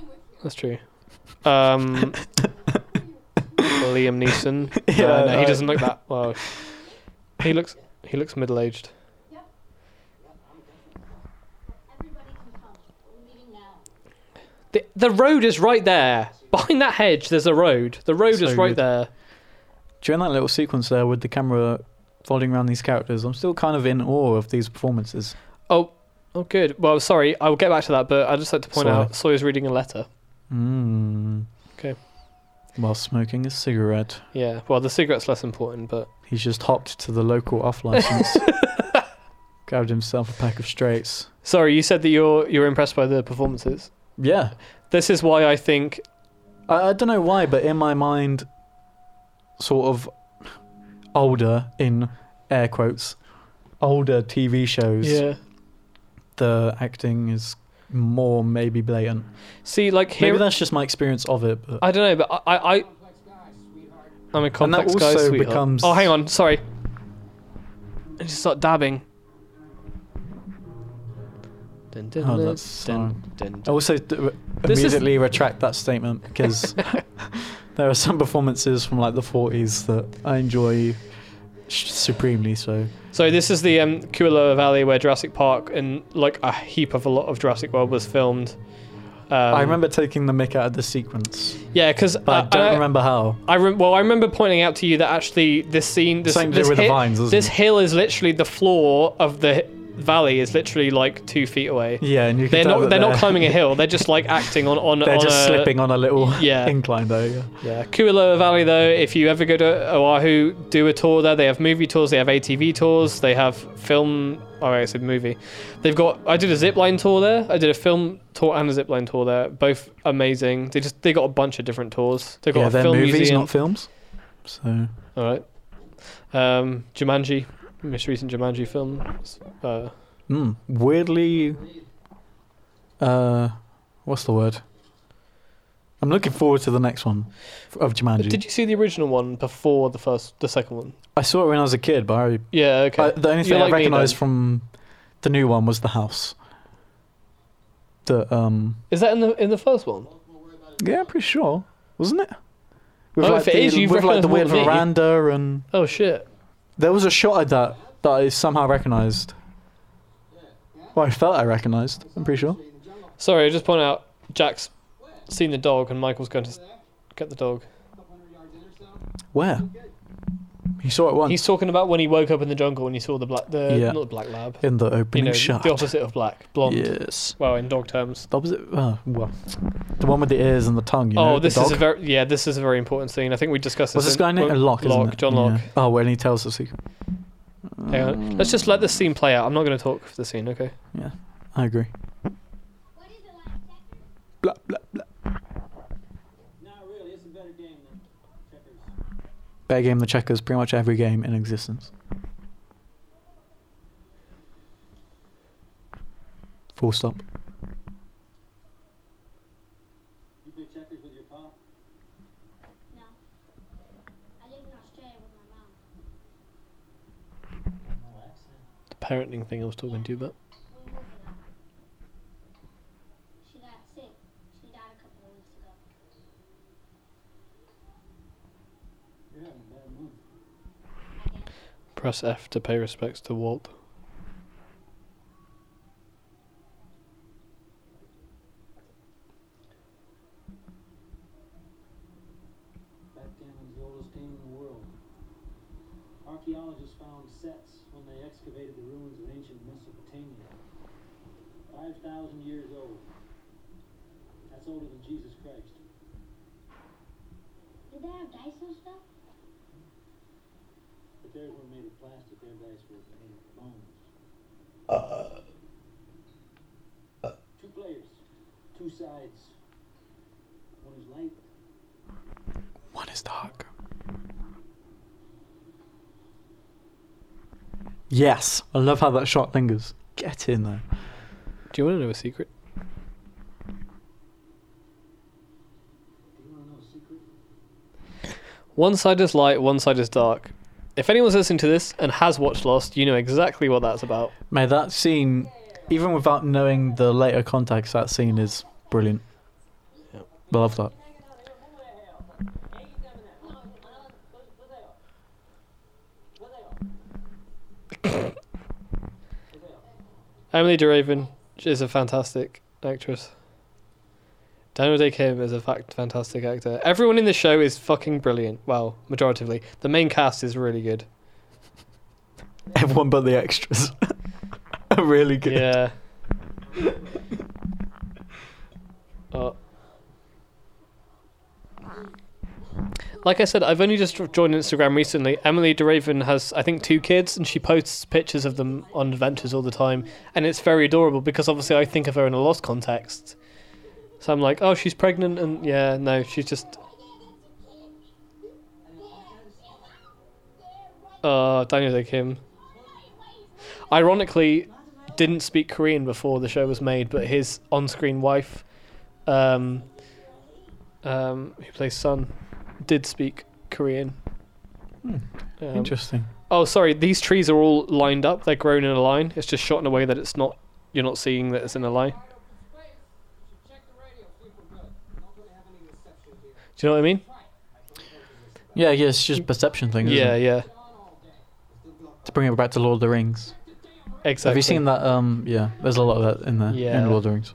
Speaker 1: That's true. Um, Liam Neeson.
Speaker 2: Yeah,
Speaker 1: Uh, no,
Speaker 2: no.
Speaker 1: he doesn't look that. Well, he looks he looks middle aged.
Speaker 4: Everybody can come. We're meeting now.
Speaker 1: The, the road is right there. Behind that hedge, there's a road. The road is
Speaker 2: So
Speaker 1: right
Speaker 2: good.
Speaker 1: there.
Speaker 2: During that little sequence there with the camera following around these characters, I'm still kind of in awe of these performances.
Speaker 1: Oh, oh, good. Well, sorry, I will get back to that, but I just like to point
Speaker 2: Sorry.
Speaker 1: out Sawyer's reading a letter.
Speaker 2: Mm.
Speaker 1: Okay.
Speaker 2: While smoking a cigarette,
Speaker 1: Yeah. Well, the cigarette's less important, but
Speaker 2: he's just hopped to the local off license, grabbed himself a pack of straights.
Speaker 1: sorry, you said that you're you're impressed by the performances.
Speaker 2: Yeah,
Speaker 1: This is why I think.
Speaker 2: I, I don't know why, but in my mind, sort of older in air quotes, older TV shows,
Speaker 1: Yeah.
Speaker 2: the acting is more maybe blatant.
Speaker 1: See, like
Speaker 2: maybe
Speaker 1: here,
Speaker 2: that's just my experience of it. But
Speaker 1: I don't know, but I I, I I'm a complex guy,
Speaker 2: also
Speaker 1: sweetheart.
Speaker 2: becomes-
Speaker 1: Oh, hang on, sorry. I just start dabbing. Dun, dun,
Speaker 2: Oh,
Speaker 1: dun,
Speaker 2: that's Oh,
Speaker 1: dun, dun, dun.
Speaker 2: I also d- re-
Speaker 1: This is-
Speaker 2: immediately retract that statement because there are some performances from like the 40s that I enjoy sh- supremely. So
Speaker 1: So this is the um, Kualoa Valley where Jurassic Park and like a heap of a lot of Jurassic World was filmed. Um,
Speaker 2: I remember taking the mick out of the sequence,
Speaker 1: Yeah, because
Speaker 2: but I don't remember how.
Speaker 1: I rem- well, I remember pointing out to you that actually this scene, this,
Speaker 2: Something to do
Speaker 1: this
Speaker 2: with the
Speaker 1: hi-
Speaker 2: vines, isn't
Speaker 1: this
Speaker 2: it?
Speaker 1: hill is literally the floor of the hi- valley is literally like two feet away.
Speaker 2: Yeah, and you can
Speaker 1: They're
Speaker 2: tell
Speaker 1: not.
Speaker 2: that
Speaker 1: They're not climbing a hill. They're just like acting on on.
Speaker 2: They're
Speaker 1: on
Speaker 2: just
Speaker 1: a,
Speaker 2: slipping on a little
Speaker 1: yeah.
Speaker 2: incline though. Yeah.
Speaker 1: Yeah, Kualoa Valley though. If you ever go to Oahu, do a tour there. They have movie tours. They have ATV tours. They have film. Oh, I said movie. They've got. I did a zip line tour there. I did a film tour and a zip line tour there. Both amazing. They just they got a bunch of different tours. They got
Speaker 2: yeah,
Speaker 1: a
Speaker 2: they're
Speaker 1: film
Speaker 2: movies,
Speaker 1: museum.
Speaker 2: not films. So
Speaker 1: All right. Um, Jumanji, most recent Jumanji film. Uh,
Speaker 2: mm, weirdly, uh, what's the word? I'm looking forward to the next one f- of Jumanji.
Speaker 1: Did you see the original one before the first, the second one?
Speaker 2: I saw it when I was a kid, but I, already-
Speaker 1: Yeah. Okay.
Speaker 2: I- Uh, the only thing
Speaker 1: You're like
Speaker 2: I
Speaker 1: me then.
Speaker 2: recognized from the new one was the house. The um,
Speaker 1: Is that in the in the first one?
Speaker 2: yeah, I'm pretty sure, wasn't it? With
Speaker 1: Oh,
Speaker 2: like
Speaker 1: if it
Speaker 2: the,
Speaker 1: is, you've
Speaker 2: with like the weird
Speaker 1: recognised more than me.
Speaker 2: veranda and
Speaker 1: Oh shit.
Speaker 2: there was a shot at that that I somehow recognized. Well, I felt I recognized. I'm pretty sure.
Speaker 1: Sorry, I just point out Jack's seen the dog and Michael's going to s- get the dog.
Speaker 2: Where? He saw it once
Speaker 1: He's talking about when he woke up in the jungle and he saw the black, the
Speaker 2: Yeah.
Speaker 1: not the black lab,
Speaker 2: in the
Speaker 1: you
Speaker 2: opening
Speaker 1: know,
Speaker 2: shot.
Speaker 1: the opposite of black, blonde.
Speaker 2: Yes.
Speaker 1: Well, in dog terms.
Speaker 2: The opposite. Oh, well, the one with the ears and the tongue. You know,
Speaker 1: oh,
Speaker 2: the
Speaker 1: this is a
Speaker 2: dog.
Speaker 1: very yeah, this is a very important scene. I think we discussed this.
Speaker 2: What's this
Speaker 1: in-
Speaker 2: guy named?
Speaker 1: well,
Speaker 2: Locke. isn't
Speaker 1: Locke,
Speaker 2: it?
Speaker 1: John
Speaker 2: Yeah.
Speaker 1: Locke.
Speaker 2: Oh, when he tells the secret. Mm,
Speaker 1: Hang on. Let's just let this scene play out. I'm not going to talk for the scene, okay?
Speaker 2: Yeah, I agree.
Speaker 4: What is it like, Checker?
Speaker 2: Blah blah blah.
Speaker 5: Not really. It's a better game than checkers.
Speaker 2: Better game than checkers. Pretty much every game in existence. Full stop.
Speaker 5: You play checkers with your pop.
Speaker 4: No. I live in Australia with my mom.
Speaker 1: The parenting thing I was talking to you about.
Speaker 4: We moved a lot. She got sick. She died a couple of weeks ago.
Speaker 5: You're having a bad mood.
Speaker 4: I guess.
Speaker 1: Press F to pay respects to Walt.
Speaker 5: Backgammon's the oldest game in the world. Archaeologists found sets when they excavated the ruins of ancient Mesopotamia. 5,000 years old. That's older than Jesus Christ.
Speaker 4: Did they have dice and stuff?
Speaker 5: But theirs were made of plastic, their dice were made of bones. Two players, two sides. One is light,
Speaker 2: One is dark. Yes, I love how that shot lingers. Get in there.
Speaker 1: Do you want to know a secret?
Speaker 5: Do you want to know a secret?
Speaker 1: One side is light, one side is dark. If anyone's listening to this and has watched Lost, you know exactly what that's about.
Speaker 2: Mate, that scene, even without knowing the later context, that scene is brilliant. I love that.
Speaker 1: Emily DeRaven is a fantastic actress. Daniel Day Kim is a fact fantastic actor. Everyone in the show is fucking brilliant. Well, majoritively. The main cast is really good.
Speaker 2: Everyone but the extras are really good.
Speaker 1: Yeah. Oh. Like I said, I've only just joined Instagram recently. Emily DeRaven has, I think, two kids, and she posts pictures of them on adventures all the time, and it's very adorable because obviously I think of her in a lost context. So I'm like, oh, she's pregnant, and yeah, no, she's just. Oh, Daniel Day Kim. Ironically, didn't speak Korean before the show was made, but his on-screen wife, um, um, who plays Sun, did speak Korean.
Speaker 2: Hmm,
Speaker 1: Um,
Speaker 2: Interesting.
Speaker 1: oh, sorry. These trees are all lined up. They're grown in a line. It's just shot in a way that it's not. You're not seeing that it's in a line. Do you know what I mean?
Speaker 2: Yeah, yeah, it's just a perception thing. Isn't
Speaker 1: Yeah,
Speaker 2: it?
Speaker 1: yeah.
Speaker 2: To bring it back to Lord of the Rings.
Speaker 1: Exactly.
Speaker 2: Have you seen that? Um, yeah, there's a lot of that in there
Speaker 1: Yeah.
Speaker 2: in Lord of the Rings.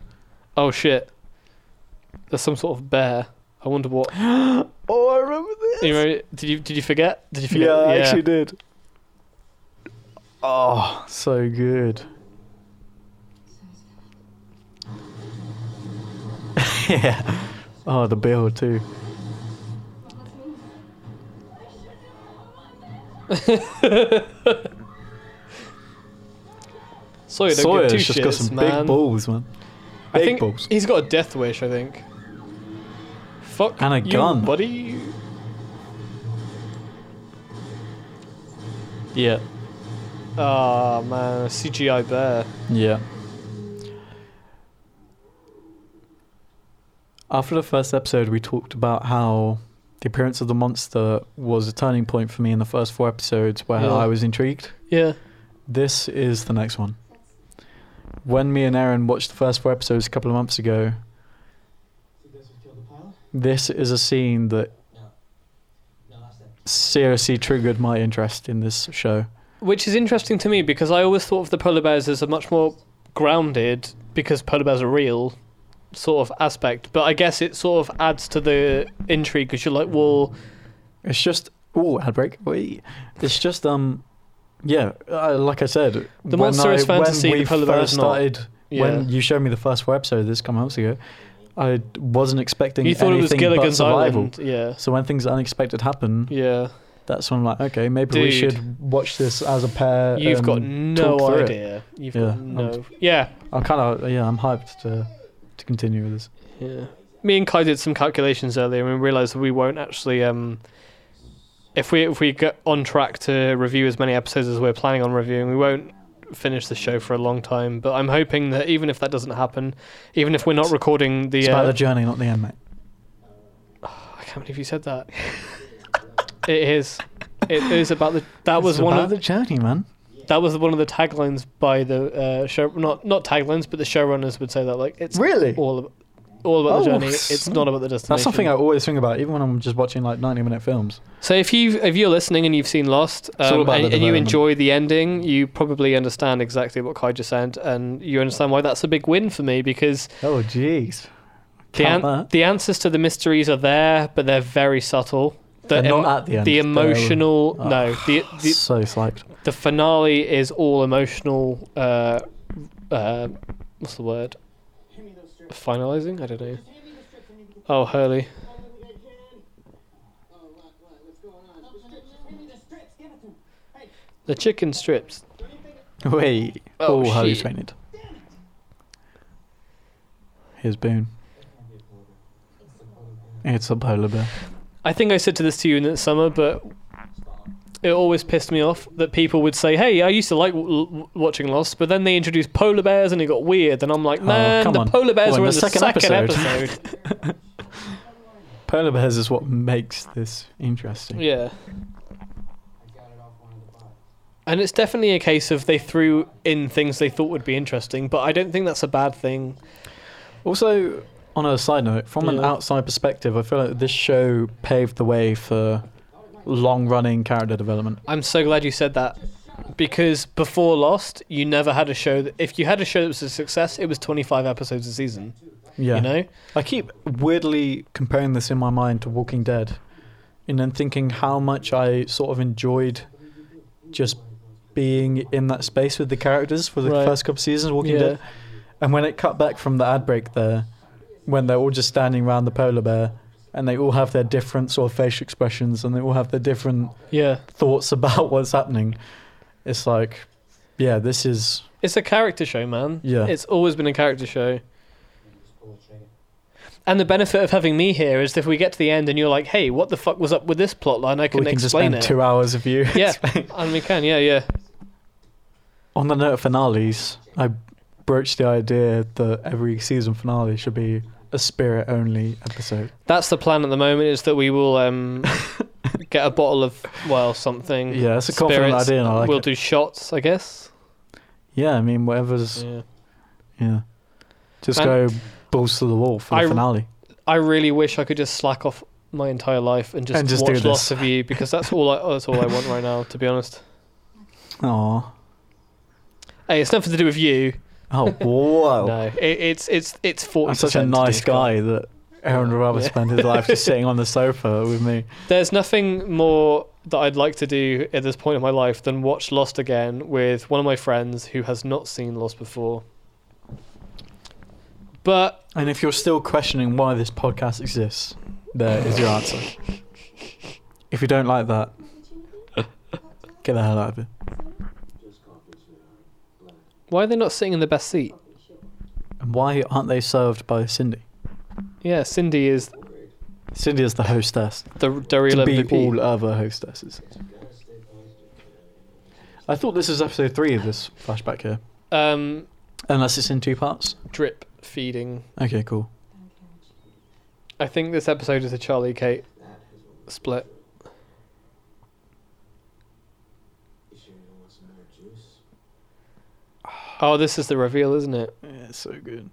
Speaker 1: Oh shit. There's some sort of bear. I wonder what.
Speaker 2: Oh, I remember this.
Speaker 1: You remember, did you did you forget? Did you
Speaker 2: yeah,
Speaker 1: forget?
Speaker 2: I actually did. Oh, so good. yeah. Oh, the bill too.
Speaker 1: Sawyer, don't
Speaker 2: Sawyer's
Speaker 1: give two
Speaker 2: just
Speaker 1: shits,
Speaker 2: got some
Speaker 1: man.
Speaker 2: big balls, man.
Speaker 1: I think
Speaker 2: Big balls.
Speaker 1: he's got a death wish. I think. Fuck
Speaker 2: And a
Speaker 1: you,
Speaker 2: gun.
Speaker 1: buddy.
Speaker 2: Yeah.
Speaker 1: Ah man, a CGI bear.
Speaker 2: Yeah. After the first episode, we talked about how the appearance of the monster was a turning point for me in the first four episodes where
Speaker 1: Yeah.
Speaker 2: I was intrigued.
Speaker 1: Yeah.
Speaker 2: This is the next one. When me and Aaron watched the first four episodes a couple of months ago,
Speaker 3: So this would kill the pilot?
Speaker 2: this is a scene that
Speaker 3: No. No, last step.
Speaker 2: seriously triggered my interest in this show.
Speaker 1: Which is interesting to me because I always thought of the polar bears as a much more grounded, because polar bears are real, sort of aspect. But I guess it sort of adds to the intrigue because you're like, well,
Speaker 2: It's just oh, ad break. Wait. It's just um, yeah. Uh, like I said, when
Speaker 1: monster
Speaker 2: I-
Speaker 1: is fantasy,
Speaker 2: When
Speaker 1: the
Speaker 2: we
Speaker 1: polar bear
Speaker 2: first
Speaker 1: is not.
Speaker 2: started, when
Speaker 1: Yeah.
Speaker 2: you showed me the first four episode this couple months ago, I d- wasn't expecting
Speaker 1: you thought it was
Speaker 2: anything but
Speaker 1: Gilligan's
Speaker 2: survival.
Speaker 1: Island. Yeah.
Speaker 2: So when things unexpected happen,
Speaker 1: Yeah.
Speaker 2: that's when I'm like, okay, maybe we
Speaker 1: Dude.
Speaker 2: should watch this as a pair.
Speaker 1: You've
Speaker 2: and
Speaker 1: got
Speaker 2: Uh, um, talk
Speaker 1: no
Speaker 2: through it.
Speaker 1: idea. You've
Speaker 2: Yeah,
Speaker 1: got
Speaker 2: I'm-
Speaker 1: no. Yeah.
Speaker 2: I'm kind of yeah, I'm hyped to to continue with this.
Speaker 1: Yeah. Me and Kai did some calculations earlier and we realised that we won't actually um if we if we get on track to review as many episodes as we're planning on reviewing, we won't finish the show for a long time. But I'm hoping that even if that doesn't happen, even if we're not recording the,
Speaker 2: It's about
Speaker 1: uh,
Speaker 2: the journey, not the end, mate.
Speaker 1: I can't believe you said that. it is. It is about the that
Speaker 2: It's
Speaker 1: was one
Speaker 2: about
Speaker 1: of
Speaker 2: the journey, man.
Speaker 1: that was one of the taglines by the uh, show not not taglines but the showrunners would say that like it's
Speaker 2: Really?
Speaker 1: all about, all about the
Speaker 2: Oh,
Speaker 1: journey. It's not about the destination.
Speaker 2: That's something I always think about, even when I'm just watching like 90 minute films.
Speaker 1: So if you if you're listening and you've seen Lost
Speaker 2: all
Speaker 1: um,
Speaker 2: about
Speaker 1: and,
Speaker 2: the
Speaker 1: and you
Speaker 2: development.
Speaker 1: enjoy the ending, you probably understand exactly what Kai just said, and you understand why that's a big win for me because
Speaker 2: Oh, jeez.
Speaker 1: the
Speaker 2: Count
Speaker 1: an-
Speaker 2: that.
Speaker 1: the answers to the mysteries are there, but they're very subtle. The
Speaker 2: They're
Speaker 1: em-
Speaker 2: not at the end.
Speaker 1: The
Speaker 2: They're-
Speaker 1: emotional
Speaker 2: Oh,
Speaker 1: no the, the
Speaker 2: so psyched.
Speaker 1: the finale is all emotional. Uh, uh, what's the word?
Speaker 3: Hand me those strips.
Speaker 1: Finalizing? I don't know.
Speaker 3: Hand me the strips. I need to get
Speaker 1: Oh, Hurley.
Speaker 3: the hell out of here, Ken. Oh, what, what, what's going on? The strips. Just hand me the strips. Give it to me.
Speaker 1: The chicken strips.
Speaker 3: Don't you think-
Speaker 2: Wait.
Speaker 1: Oh,
Speaker 2: Oh, how he's
Speaker 1: shit.
Speaker 2: fainted. Here's Boone. It's a polar bear.
Speaker 1: I think I said to this to you in the summer, but it always pissed me off that people would say, "Hey, I used to like w- w- watching Lost, but then they introduced polar bears and it got weird." And I'm like, "Man,
Speaker 2: Oh, come
Speaker 1: the
Speaker 2: on.
Speaker 1: polar bears
Speaker 2: Oh, in
Speaker 1: were in
Speaker 2: the
Speaker 1: the second,
Speaker 2: second episode."
Speaker 1: episode."
Speaker 2: Polar bears is what makes this interesting.
Speaker 1: yeah,
Speaker 3: I got it off one of the bots.
Speaker 1: and it's definitely a case of they threw in things they thought would be interesting, but I don't think that's a bad thing.
Speaker 2: Also, on a side note, from an
Speaker 1: Yeah.
Speaker 2: outside perspective, I feel like this show paved the way for long running character development.
Speaker 1: I'm so glad you said that because before Lost, you never had a show that if you had a show that was a success, it was 25 episodes a season.
Speaker 2: Yeah.
Speaker 1: You know,
Speaker 2: I keep weirdly comparing this in my mind to Walking Dead, and then thinking how much I sort of enjoyed just being in that space with the characters for the
Speaker 1: Right.
Speaker 2: first couple seasons of Walking
Speaker 1: Yeah.
Speaker 2: Dead. And when it cut back from the ad break there, when they're all just standing around the polar bear and they all have their different sort of facial expressions and they all have their different
Speaker 1: yeah.
Speaker 2: thoughts about what's happening, it's like, yeah, this is
Speaker 1: It's a character show, man.
Speaker 2: Yeah.
Speaker 1: It's always been a character show.
Speaker 3: Just pull the trigger.
Speaker 1: And the benefit of having me here is that if we get to the end and you're like, hey, what the fuck was up with this plot line? I can,
Speaker 2: we can just
Speaker 1: explain
Speaker 2: spend
Speaker 1: it.
Speaker 2: two hours of you
Speaker 1: yeah. and we can, yeah, yeah.
Speaker 2: On the note of finales, I broached the idea that every season finale should be a spirit only episode.
Speaker 1: That's the plan at the moment is that we will um, get a bottle of, well, something.
Speaker 2: Yeah, that's a confident
Speaker 1: spirits.
Speaker 2: idea and I like
Speaker 1: We'll
Speaker 2: it.
Speaker 1: do shots, I guess.
Speaker 2: Yeah, I mean, whatever's. Yeah.
Speaker 1: Yeah.
Speaker 2: Just
Speaker 1: And-
Speaker 2: go balls to the wall for the
Speaker 1: I-
Speaker 2: finale.
Speaker 1: I really wish I could just slack off my entire life and just,
Speaker 2: And just do
Speaker 1: watch
Speaker 2: this.
Speaker 1: Lost of You because that's all I, that's all I want right now, to be honest.
Speaker 2: Aw.
Speaker 1: Hey, it's nothing to do with you.
Speaker 2: Oh, whoa.
Speaker 1: No, it, it's it's it's forty.
Speaker 2: I'm such a nice guy that Aaron would rather
Speaker 1: Yeah.
Speaker 2: spend his life just sitting on the sofa with me.
Speaker 1: There's nothing more that I'd like to do at this point in my life than watch Lost again with one of my friends who has not seen Lost before. But
Speaker 2: And if you're still questioning why this podcast exists, there is your answer. If you don't like that, get the hell out of it.
Speaker 3: Just coffee, sweetheart.
Speaker 1: why are they not sitting in the best seat?
Speaker 2: And why aren't they served by Cindy?
Speaker 1: Yeah, Cindy is
Speaker 2: Cindy is the hostess.
Speaker 1: the Daryl
Speaker 2: To be
Speaker 1: MVP.
Speaker 2: all uh, other hostesses. I thought this was episode three of this flashback here.
Speaker 1: um,
Speaker 2: Unless it's in two parts.
Speaker 1: drip feeding.
Speaker 2: Okay, cool.
Speaker 1: I think this episode is a Charlie Kate
Speaker 3: That is what we
Speaker 1: split.
Speaker 3: You sure you don't want some more juice?
Speaker 1: Oh, this is the reveal, isn't it?
Speaker 2: Yeah, it's so good.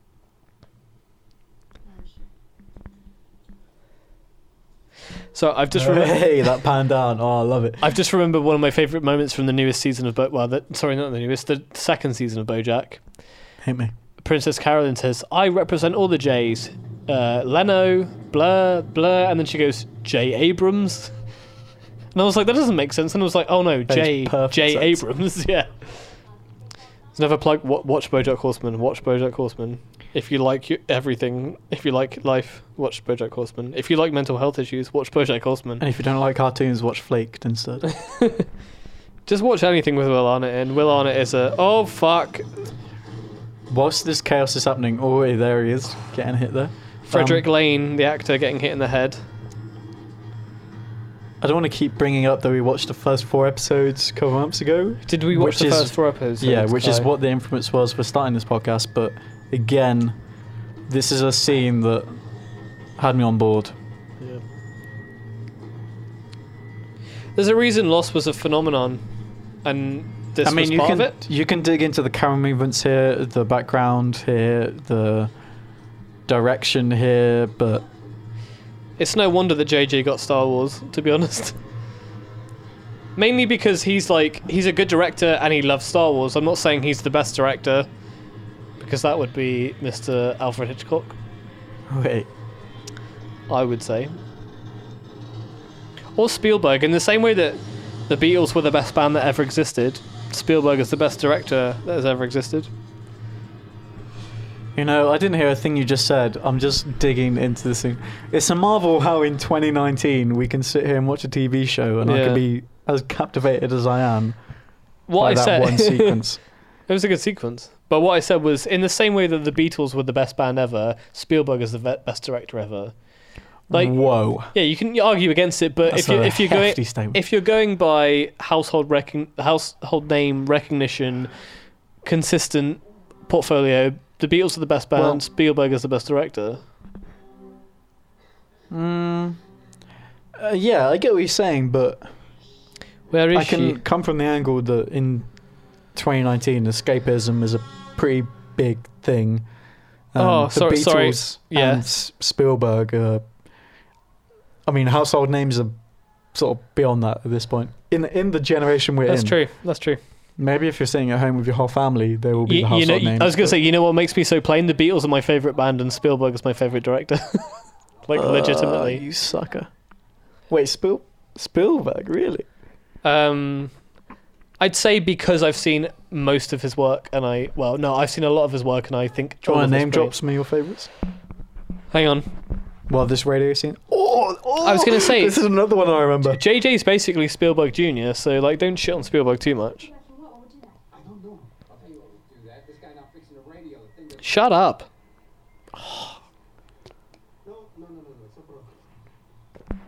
Speaker 1: So I've just remembered.
Speaker 6: hey, that pan down. Oh, I love it.
Speaker 1: I've just remembered one of my favourite moments from the newest season of Bo. Well, the, sorry, not the newest, the second season of BoJack.
Speaker 6: Hit me.
Speaker 1: Princess Carolyn says, "I represent all the J's." Uh, Leno, Blur, Blur, and then she goes, "J Abrams." And I was like, "That doesn't make sense." And I was like, "Oh no, J
Speaker 6: makes perfect
Speaker 1: J
Speaker 6: sense.
Speaker 1: Abrams." yeah. It's never plug. wa- Watch BoJack Horseman. Watch BoJack Horseman. If you like y- everything, if you like life, watch BoJack Horseman. If you like mental health issues, watch BoJack Horseman.
Speaker 2: And if you don't like cartoons, watch Flaked instead.
Speaker 1: Just watch anything with Will Arnett in. Will Arnett is a oh fuck.
Speaker 2: Whilst this chaos is happening, oh, wait, there he is, getting hit there.
Speaker 1: Frederick
Speaker 2: Um,
Speaker 1: Lane, the actor, getting hit in the head.
Speaker 2: I don't want to keep bringing up that we watched the first four episodes a couple months ago.
Speaker 1: Did we watch
Speaker 2: Which
Speaker 1: the
Speaker 2: is-
Speaker 1: first four episodes?
Speaker 2: yeah, which is
Speaker 1: Kai?
Speaker 2: what the influence was for starting this podcast. But again, this is a scene that had me on board.
Speaker 1: There's a reason Lost was a phenomenon, and this
Speaker 2: I mean,
Speaker 1: was
Speaker 2: you
Speaker 1: part
Speaker 2: can
Speaker 1: of it.
Speaker 2: you can dig into the camera movements here, the background here, the direction here, but
Speaker 1: It's no wonder that JJ got Star Wars, to be honest. Mainly because he's like he's a good director and he loves Star Wars. I'm not saying he's the best director, because that would be Mr. Alfred Hitchcock.
Speaker 2: wait,
Speaker 1: I would say. Or Spielberg, in the same way that the Beatles were the best band that ever existed, Spielberg is the best director that has ever existed.
Speaker 2: you know, I didn't hear a thing you just said. I'm just digging into this thing. It's a marvel how in 2019 we can sit here and watch a TV show and I
Speaker 1: Yeah.
Speaker 2: can be as captivated as I am
Speaker 1: What
Speaker 2: by
Speaker 1: I
Speaker 2: that
Speaker 1: said,
Speaker 2: one sequence.
Speaker 1: it was a good sequence. But what I said was, in the same way that the Beatles were the best band ever, Spielberg is the ve- best director ever. Like,
Speaker 2: Whoa.
Speaker 1: yeah, you can argue against it, but
Speaker 2: That's
Speaker 1: if you
Speaker 2: a
Speaker 1: if you're going
Speaker 2: hefty statement.
Speaker 1: if you're going by household recon- household name recognition, consistent portfolio, the Beatles are the best band.
Speaker 2: Well-
Speaker 1: Spielberg is the best director.
Speaker 2: Mm, uh, yeah, I get what you're saying, but
Speaker 1: Where is
Speaker 2: I can come from the angle that in 2019 escapism is a pretty big thing. Um,
Speaker 1: Oh, sorry- sorry. Yeah.
Speaker 2: and S- Spielberg. Uh, I mean, household names are sort of beyond that at this point. In in the generation we're
Speaker 1: That's
Speaker 2: in,
Speaker 1: true. That's true.
Speaker 2: Maybe if you're sitting at home with your whole family, they will be the
Speaker 1: You,
Speaker 2: household
Speaker 1: know,
Speaker 2: names.
Speaker 1: I was gonna
Speaker 2: but-
Speaker 1: say, you know what makes me so plain? The Beatles are my favorite band, and Spielberg is my favorite director. like
Speaker 2: Uh,
Speaker 1: legitimately.
Speaker 2: you sucker. Wait, Spiel Spielberg, really?
Speaker 1: Um, I'd say because I've seen most of his work, and I well, no, I've seen a lot of his work, and I think.
Speaker 2: Do you
Speaker 1: all
Speaker 2: want
Speaker 1: of
Speaker 2: to
Speaker 1: it's
Speaker 2: Oh, name drop
Speaker 1: brilliant.
Speaker 2: some of your favourites?
Speaker 1: Hang on.
Speaker 2: Well, this radio scene. Oh, oh,
Speaker 1: I was gonna say-
Speaker 2: this is another one I remember.
Speaker 1: JJ's basically Spielberg Jr., so like, don't shit on Spielberg too much.
Speaker 3: I don't know. I'll tell you what would do that. This guy now fixing the radio. The thing that...
Speaker 1: Shut up.
Speaker 3: No, no, no, no, no. It's not broken.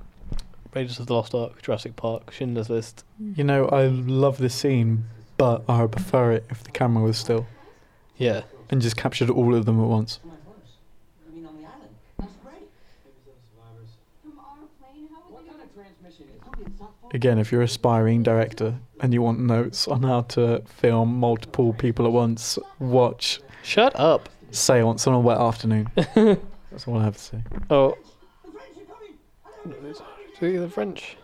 Speaker 1: Raiders of the Lost Ark, Jurassic Park, Schindler's List.
Speaker 2: You know, I love this scene, but I would prefer it if the camera was still
Speaker 1: Yeah.
Speaker 2: and just captured all of them at once.
Speaker 3: My horse. I mean, on the island. That's great. Maybe some survivors.
Speaker 4: From our plane, how would
Speaker 3: What
Speaker 4: they
Speaker 3: kind of transmission is it? It's not full.
Speaker 2: Again, if you're an aspiring director and you want notes on how to film multiple people at once, watch
Speaker 1: Shut up.
Speaker 2: Seance on a wet afternoon. That's all I have to say.
Speaker 1: Oh,
Speaker 3: The French are coming. I don't know.
Speaker 1: do the French.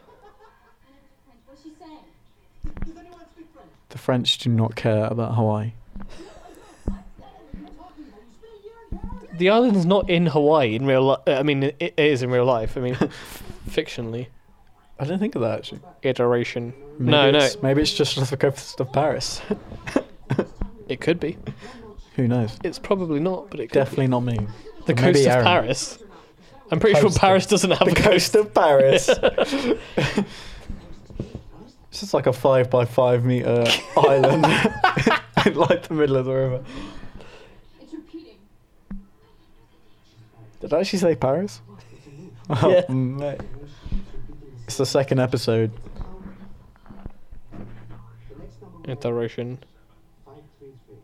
Speaker 4: What's she saying?
Speaker 3: Does anyone speak French?
Speaker 2: The French do not care about Hawaii.
Speaker 3: You're talking to you. Speak your language.
Speaker 1: The island's not in Hawaii in real life. I mean, it, it is in real life. I mean, fictionally.
Speaker 2: I didn't think of that actually.
Speaker 1: Iteration.
Speaker 2: Maybe
Speaker 1: no, no.
Speaker 2: it's, Maybe it's just the coast of Paris.
Speaker 1: It could be.
Speaker 2: Who knows?
Speaker 1: It's probably not, but it could
Speaker 2: Definitely not me.
Speaker 1: be. The
Speaker 2: or maybe
Speaker 1: coast of
Speaker 2: Aaron.
Speaker 1: Paris. I'm pretty sure
Speaker 2: coast of-
Speaker 1: Paris doesn't have
Speaker 2: the
Speaker 1: a coast.
Speaker 2: coast of Paris. it's just like a five by five meter island in like the middle of the river.
Speaker 4: It's repeating.
Speaker 2: Did I actually say Paris? Oh,
Speaker 1: Yeah.
Speaker 2: mate. It's the second episode.
Speaker 3: The next number will be
Speaker 1: Iteration.
Speaker 3: 533.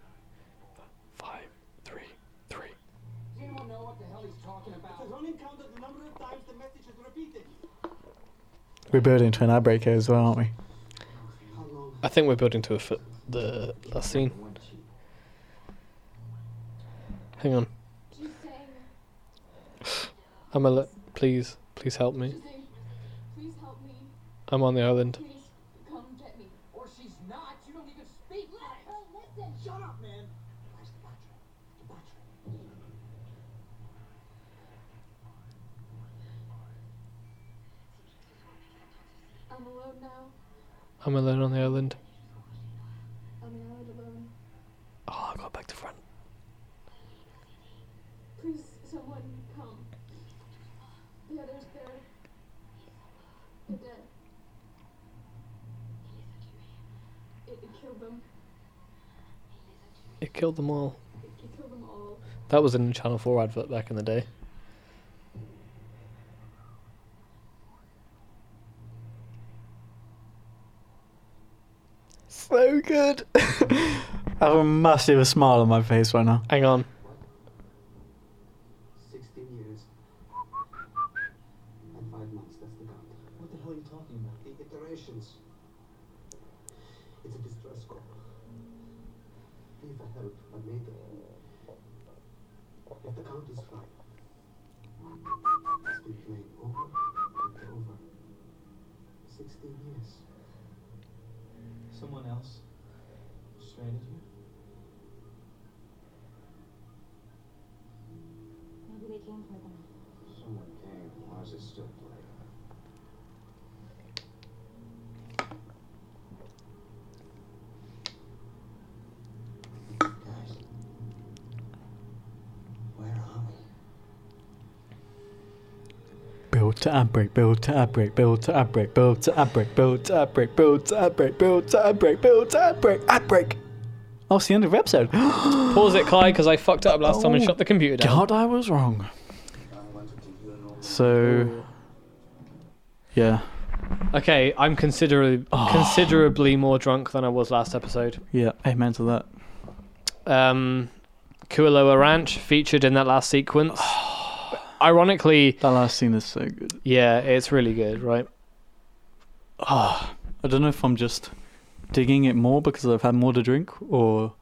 Speaker 1: Five, three, three.
Speaker 3: Does anyone know what the hell he's talking about? It's a running count at the number of
Speaker 2: We're building to an outbreak here as well, aren't we?
Speaker 3: How long?
Speaker 1: I think we're building to a fi- the last scene. Hang on. I'm a li- please, please help me.
Speaker 7: Please help me.
Speaker 1: I'm on the island.
Speaker 7: Please come get me.
Speaker 8: Or she's not. You don't even speak.
Speaker 7: Let her listen.
Speaker 8: Shut up, man.
Speaker 3: Where's the battery? The battery.
Speaker 7: I'm alone now.
Speaker 1: I'm alone on the island.
Speaker 7: I'm now alone.
Speaker 1: Oh, I got back to front.
Speaker 7: Please, someone come. The others, they're. They're dead. It, it killed them.
Speaker 1: It killed them all.
Speaker 7: It, it killed them all.
Speaker 1: That was in a Channel 4 advert back in the day.
Speaker 2: So good. I have a massive smile on my face right now.
Speaker 1: Hang on.
Speaker 3: 16 years. And five months, that's the count.
Speaker 8: What the hell are you talking about?
Speaker 3: The iterations. It's a distress call. Please for help, but need If the count is five, it's been playing over and over. 16 years.
Speaker 8: Someone else stranded you?
Speaker 7: Nobody came for them.
Speaker 3: Someone came. Why is it still playing? Guys, where are we?
Speaker 2: Build to outbreak, build to outbreak, build to outbreak, build to outbreak, build to outbreak, build to outbreak, build to outbreak, build to outbreak, outbreak. Oh, it's the end of the episode.
Speaker 1: Pause it, Kai, because I fucked up last time and shut the computer down.
Speaker 2: Oh God, I was wrong. So, yeah,
Speaker 1: Okay, I'm considerably
Speaker 2: Ah.
Speaker 1: considerably more drunk than I was last episode.
Speaker 2: yeah, amen to that.
Speaker 1: Um, Kualoa Ranch featured in that last sequence. Ironically,
Speaker 2: That last scene is so good.
Speaker 1: yeah, it's really good, right?
Speaker 2: I don't know if I'm just digging it more because I've had more to drink, or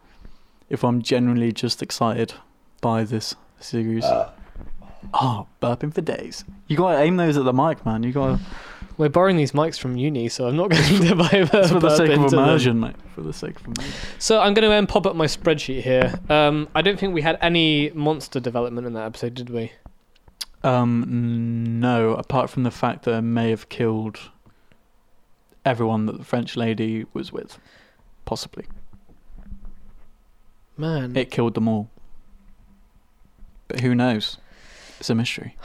Speaker 2: if I'm generally just excited by this series. oh, burping for days. You gotta aim those at the mic, man. You gotta.
Speaker 1: We're borrowing these mics from uni, so I'm not going to buy a
Speaker 2: It's for the
Speaker 1: burp
Speaker 2: sake of
Speaker 1: into them.
Speaker 2: immersion, mate. For the sake of immersion.
Speaker 1: So I'm going to um, pop up my spreadsheet here. Um, I don't think we had any monster development in that episode, did we?
Speaker 2: Um, no, apart from the fact that I may have killed everyone that the French lady was with. Possibly.
Speaker 1: Man,
Speaker 2: It killed them all. But who knows? It's a mystery.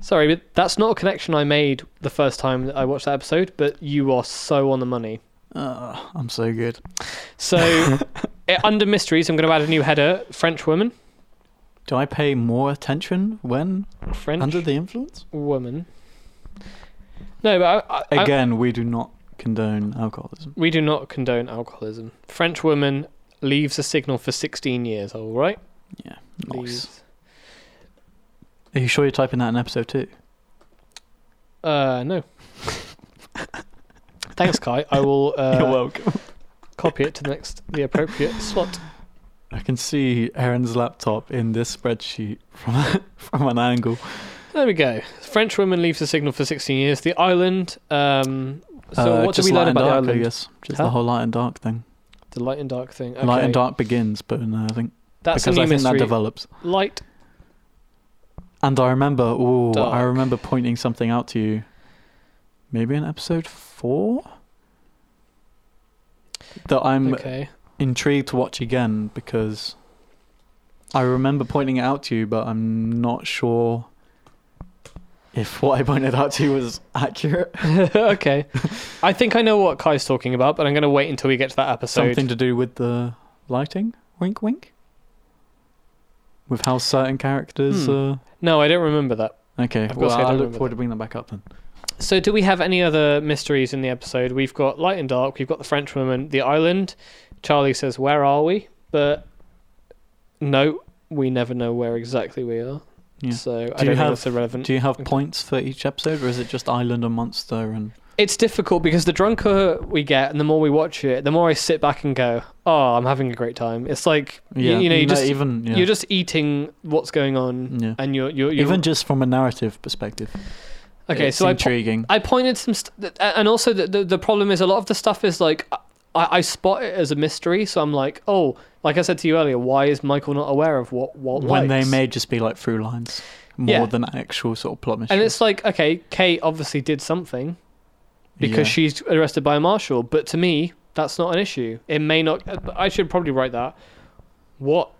Speaker 1: sorry, but that's not a connection I made the first time that I watched that episode. But you are so on the money.
Speaker 2: Uh, I'm so good.
Speaker 1: So eh, under mysteries, I'm going to add a new header: French woman,
Speaker 2: Do I pay more attention when
Speaker 1: French
Speaker 2: under the influence?
Speaker 1: woman. No, but I, I, I-
Speaker 2: Again, we do not condone alcoholism.
Speaker 1: we do not condone alcoholism. French woman leaves a signal for 16 years. All right,
Speaker 2: Yeah, nice.
Speaker 1: Leaves.
Speaker 2: Are you sure you're typing that in episode two?
Speaker 1: Uh, no. Thanks, Kai. I will uh,
Speaker 2: welcome.
Speaker 1: copy it to the next the appropriate slot.
Speaker 2: I can see Aaron's laptop in this spreadsheet from from an angle.
Speaker 1: There we go. French woman leaves a signal for 16 years. The island. Um, so
Speaker 2: Uh,
Speaker 1: what do
Speaker 2: just
Speaker 1: we
Speaker 2: light
Speaker 1: learn
Speaker 2: and
Speaker 1: about the
Speaker 2: dark,
Speaker 1: island?
Speaker 2: I guess just
Speaker 1: Huh?
Speaker 2: the whole light and dark thing.
Speaker 1: The light and dark thing.
Speaker 2: Light and
Speaker 1: Okay.
Speaker 2: dark begins, but no, I think
Speaker 1: That's
Speaker 2: because
Speaker 1: a
Speaker 2: I
Speaker 1: new
Speaker 2: think
Speaker 1: mystery.
Speaker 2: that develops.
Speaker 1: light.
Speaker 2: And I remember, ooh, I
Speaker 1: Dark.
Speaker 2: remember pointing something out to you. Maybe in episode four. That I'm
Speaker 1: Okay.
Speaker 2: intrigued to watch again because I remember pointing it out to you, but I'm not sure if what I pointed out to you was accurate.
Speaker 1: okay. I think I know what Kai's talking about, but I'm going to wait until we get to that episode.
Speaker 2: Something to do with the lighting, wink, wink, with how certain characters.
Speaker 1: Hmm.
Speaker 2: Uh,
Speaker 1: No, I don't remember that.
Speaker 2: Okay,
Speaker 1: Of course
Speaker 2: well,
Speaker 1: I don't
Speaker 2: I look
Speaker 1: remember
Speaker 2: forward
Speaker 1: that.
Speaker 2: to bringing them back up then.
Speaker 1: So, do we have any other mysteries in the episode? We've got light and dark. We've got the French woman, the island. Charlie says, "Where are we?" But no, we never know where exactly we are.
Speaker 2: Yeah.
Speaker 1: So I don't
Speaker 2: you
Speaker 1: think
Speaker 2: have-
Speaker 1: that's irrelevant.
Speaker 2: Do you have points for each episode, or is it just Island and Monster? And
Speaker 1: it's difficult because the drunker we get and the more we watch it, the more I sit back and go, "Oh, I'm having a great time." It's like you-
Speaker 2: yeah,
Speaker 1: you, know, you
Speaker 2: no,
Speaker 1: just
Speaker 2: even yeah.
Speaker 1: you're just eating what's going on,
Speaker 2: Yeah.
Speaker 1: and you're you're, you're
Speaker 2: even just from a narrative perspective.
Speaker 1: okay.
Speaker 2: it's
Speaker 1: So I, po-
Speaker 2: intriguing.
Speaker 1: I pointed some, st- th- and also the, the the problem is a lot of the stuff is like I, I spot it as a mystery, so I'm like, oh, like I said to you earlier, why is Michael not aware of what Walt
Speaker 2: when they
Speaker 1: likes?
Speaker 2: may just be like through lines more
Speaker 1: Yeah.
Speaker 2: than actual sort of plot missions.
Speaker 1: and it's like okay, Kate obviously did something because
Speaker 2: Yeah.
Speaker 1: she's arrested by a marshal, but to me that's not an issue. It may not. uh, I should probably write that. What?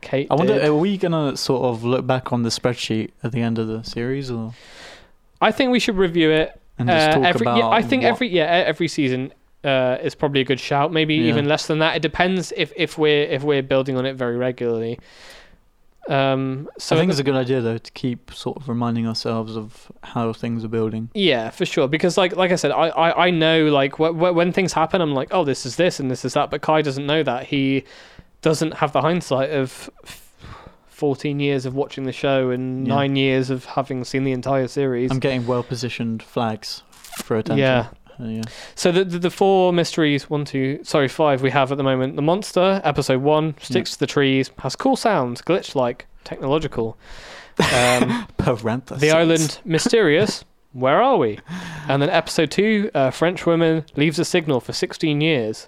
Speaker 1: Kate.
Speaker 2: I wonder,
Speaker 1: did.
Speaker 2: are we gonna sort of look back on the spreadsheet at the end of the series, or
Speaker 1: I think we should review it
Speaker 2: and just
Speaker 1: Uh,
Speaker 2: talk
Speaker 1: every,
Speaker 2: about?
Speaker 1: yeah, I think
Speaker 2: what-
Speaker 1: every yeah e- every season uh, is probably a good shout. Maybe
Speaker 2: Yeah.
Speaker 1: even less than that. It depends if, if we're if we're building on it very regularly. Um, so
Speaker 2: I
Speaker 1: at
Speaker 2: think it's a good idea though to keep sort of reminding ourselves of how things are building.
Speaker 1: the- yeah, for sure. Because like like I said, I I, I know like wh- wh- when things happen, I'm like, oh, this is this and this is that. But Kai doesn't know that. He doesn't have the hindsight of. f- 14 years of watching the show and
Speaker 2: Yeah.
Speaker 1: 9 years of having seen the entire series.
Speaker 2: I'm getting well positioned flags for attention.
Speaker 1: Yeah.
Speaker 2: Uh, yeah.
Speaker 1: So the, the the four mysteries, one, two, sorry, five we have at the moment. The monster, episode one, sticks to the trees, has cool sounds, glitch like, technological. Um,
Speaker 2: Parentheses.
Speaker 1: the island, mysterious. Where are we? And then episode two, uh, French woman leaves a signal for 16 years.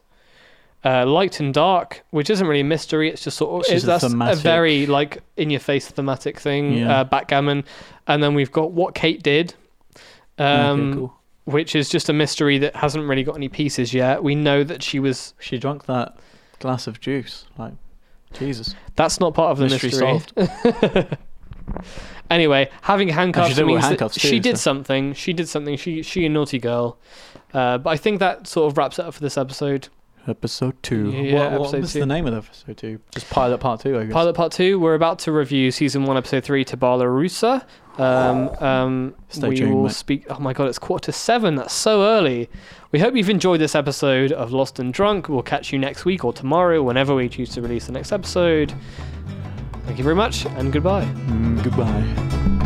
Speaker 1: Uh, light and dark, which isn't really a mystery. It's just sort of
Speaker 2: It's
Speaker 1: it-
Speaker 2: just a
Speaker 1: that's a
Speaker 2: thematic-
Speaker 1: very like in your face thematic thing.
Speaker 2: Yeah.
Speaker 1: Uh, backgammon, and then we've got what Kate did.
Speaker 2: Okay,
Speaker 1: Um,
Speaker 2: cool.
Speaker 1: which is just a mystery that hasn't really got any pieces yet. We know that she was.
Speaker 2: She drank that glass of juice. Like, Jesus.
Speaker 1: That's not part of the mystery.
Speaker 2: Mystery solved.
Speaker 1: anyway, having handcuffs
Speaker 2: did it with
Speaker 1: means
Speaker 2: handcuffs
Speaker 1: that
Speaker 2: too,
Speaker 1: she did
Speaker 2: so-
Speaker 1: something. She did something. She she a naughty girl. Uh, but I think that sort of wraps it up for this episode.
Speaker 2: Episode two.
Speaker 1: Yeah,
Speaker 2: what, what
Speaker 1: episode
Speaker 2: was
Speaker 1: two.
Speaker 2: the name of the episode two? Just pilot part two, I guess.
Speaker 1: Pilot part two. We're about to review season one, episode three, Tabala Rusa. Um, um,
Speaker 2: Stay
Speaker 1: we
Speaker 2: tuned,
Speaker 1: will
Speaker 2: mate.
Speaker 1: speak. Oh my god, it's quarter to seven. That's so early. We hope you've enjoyed this episode of Lost and Drunk. We'll catch you next week or tomorrow, whenever we choose to release the next episode. Thank you very much and goodbye.
Speaker 2: Mm, goodbye.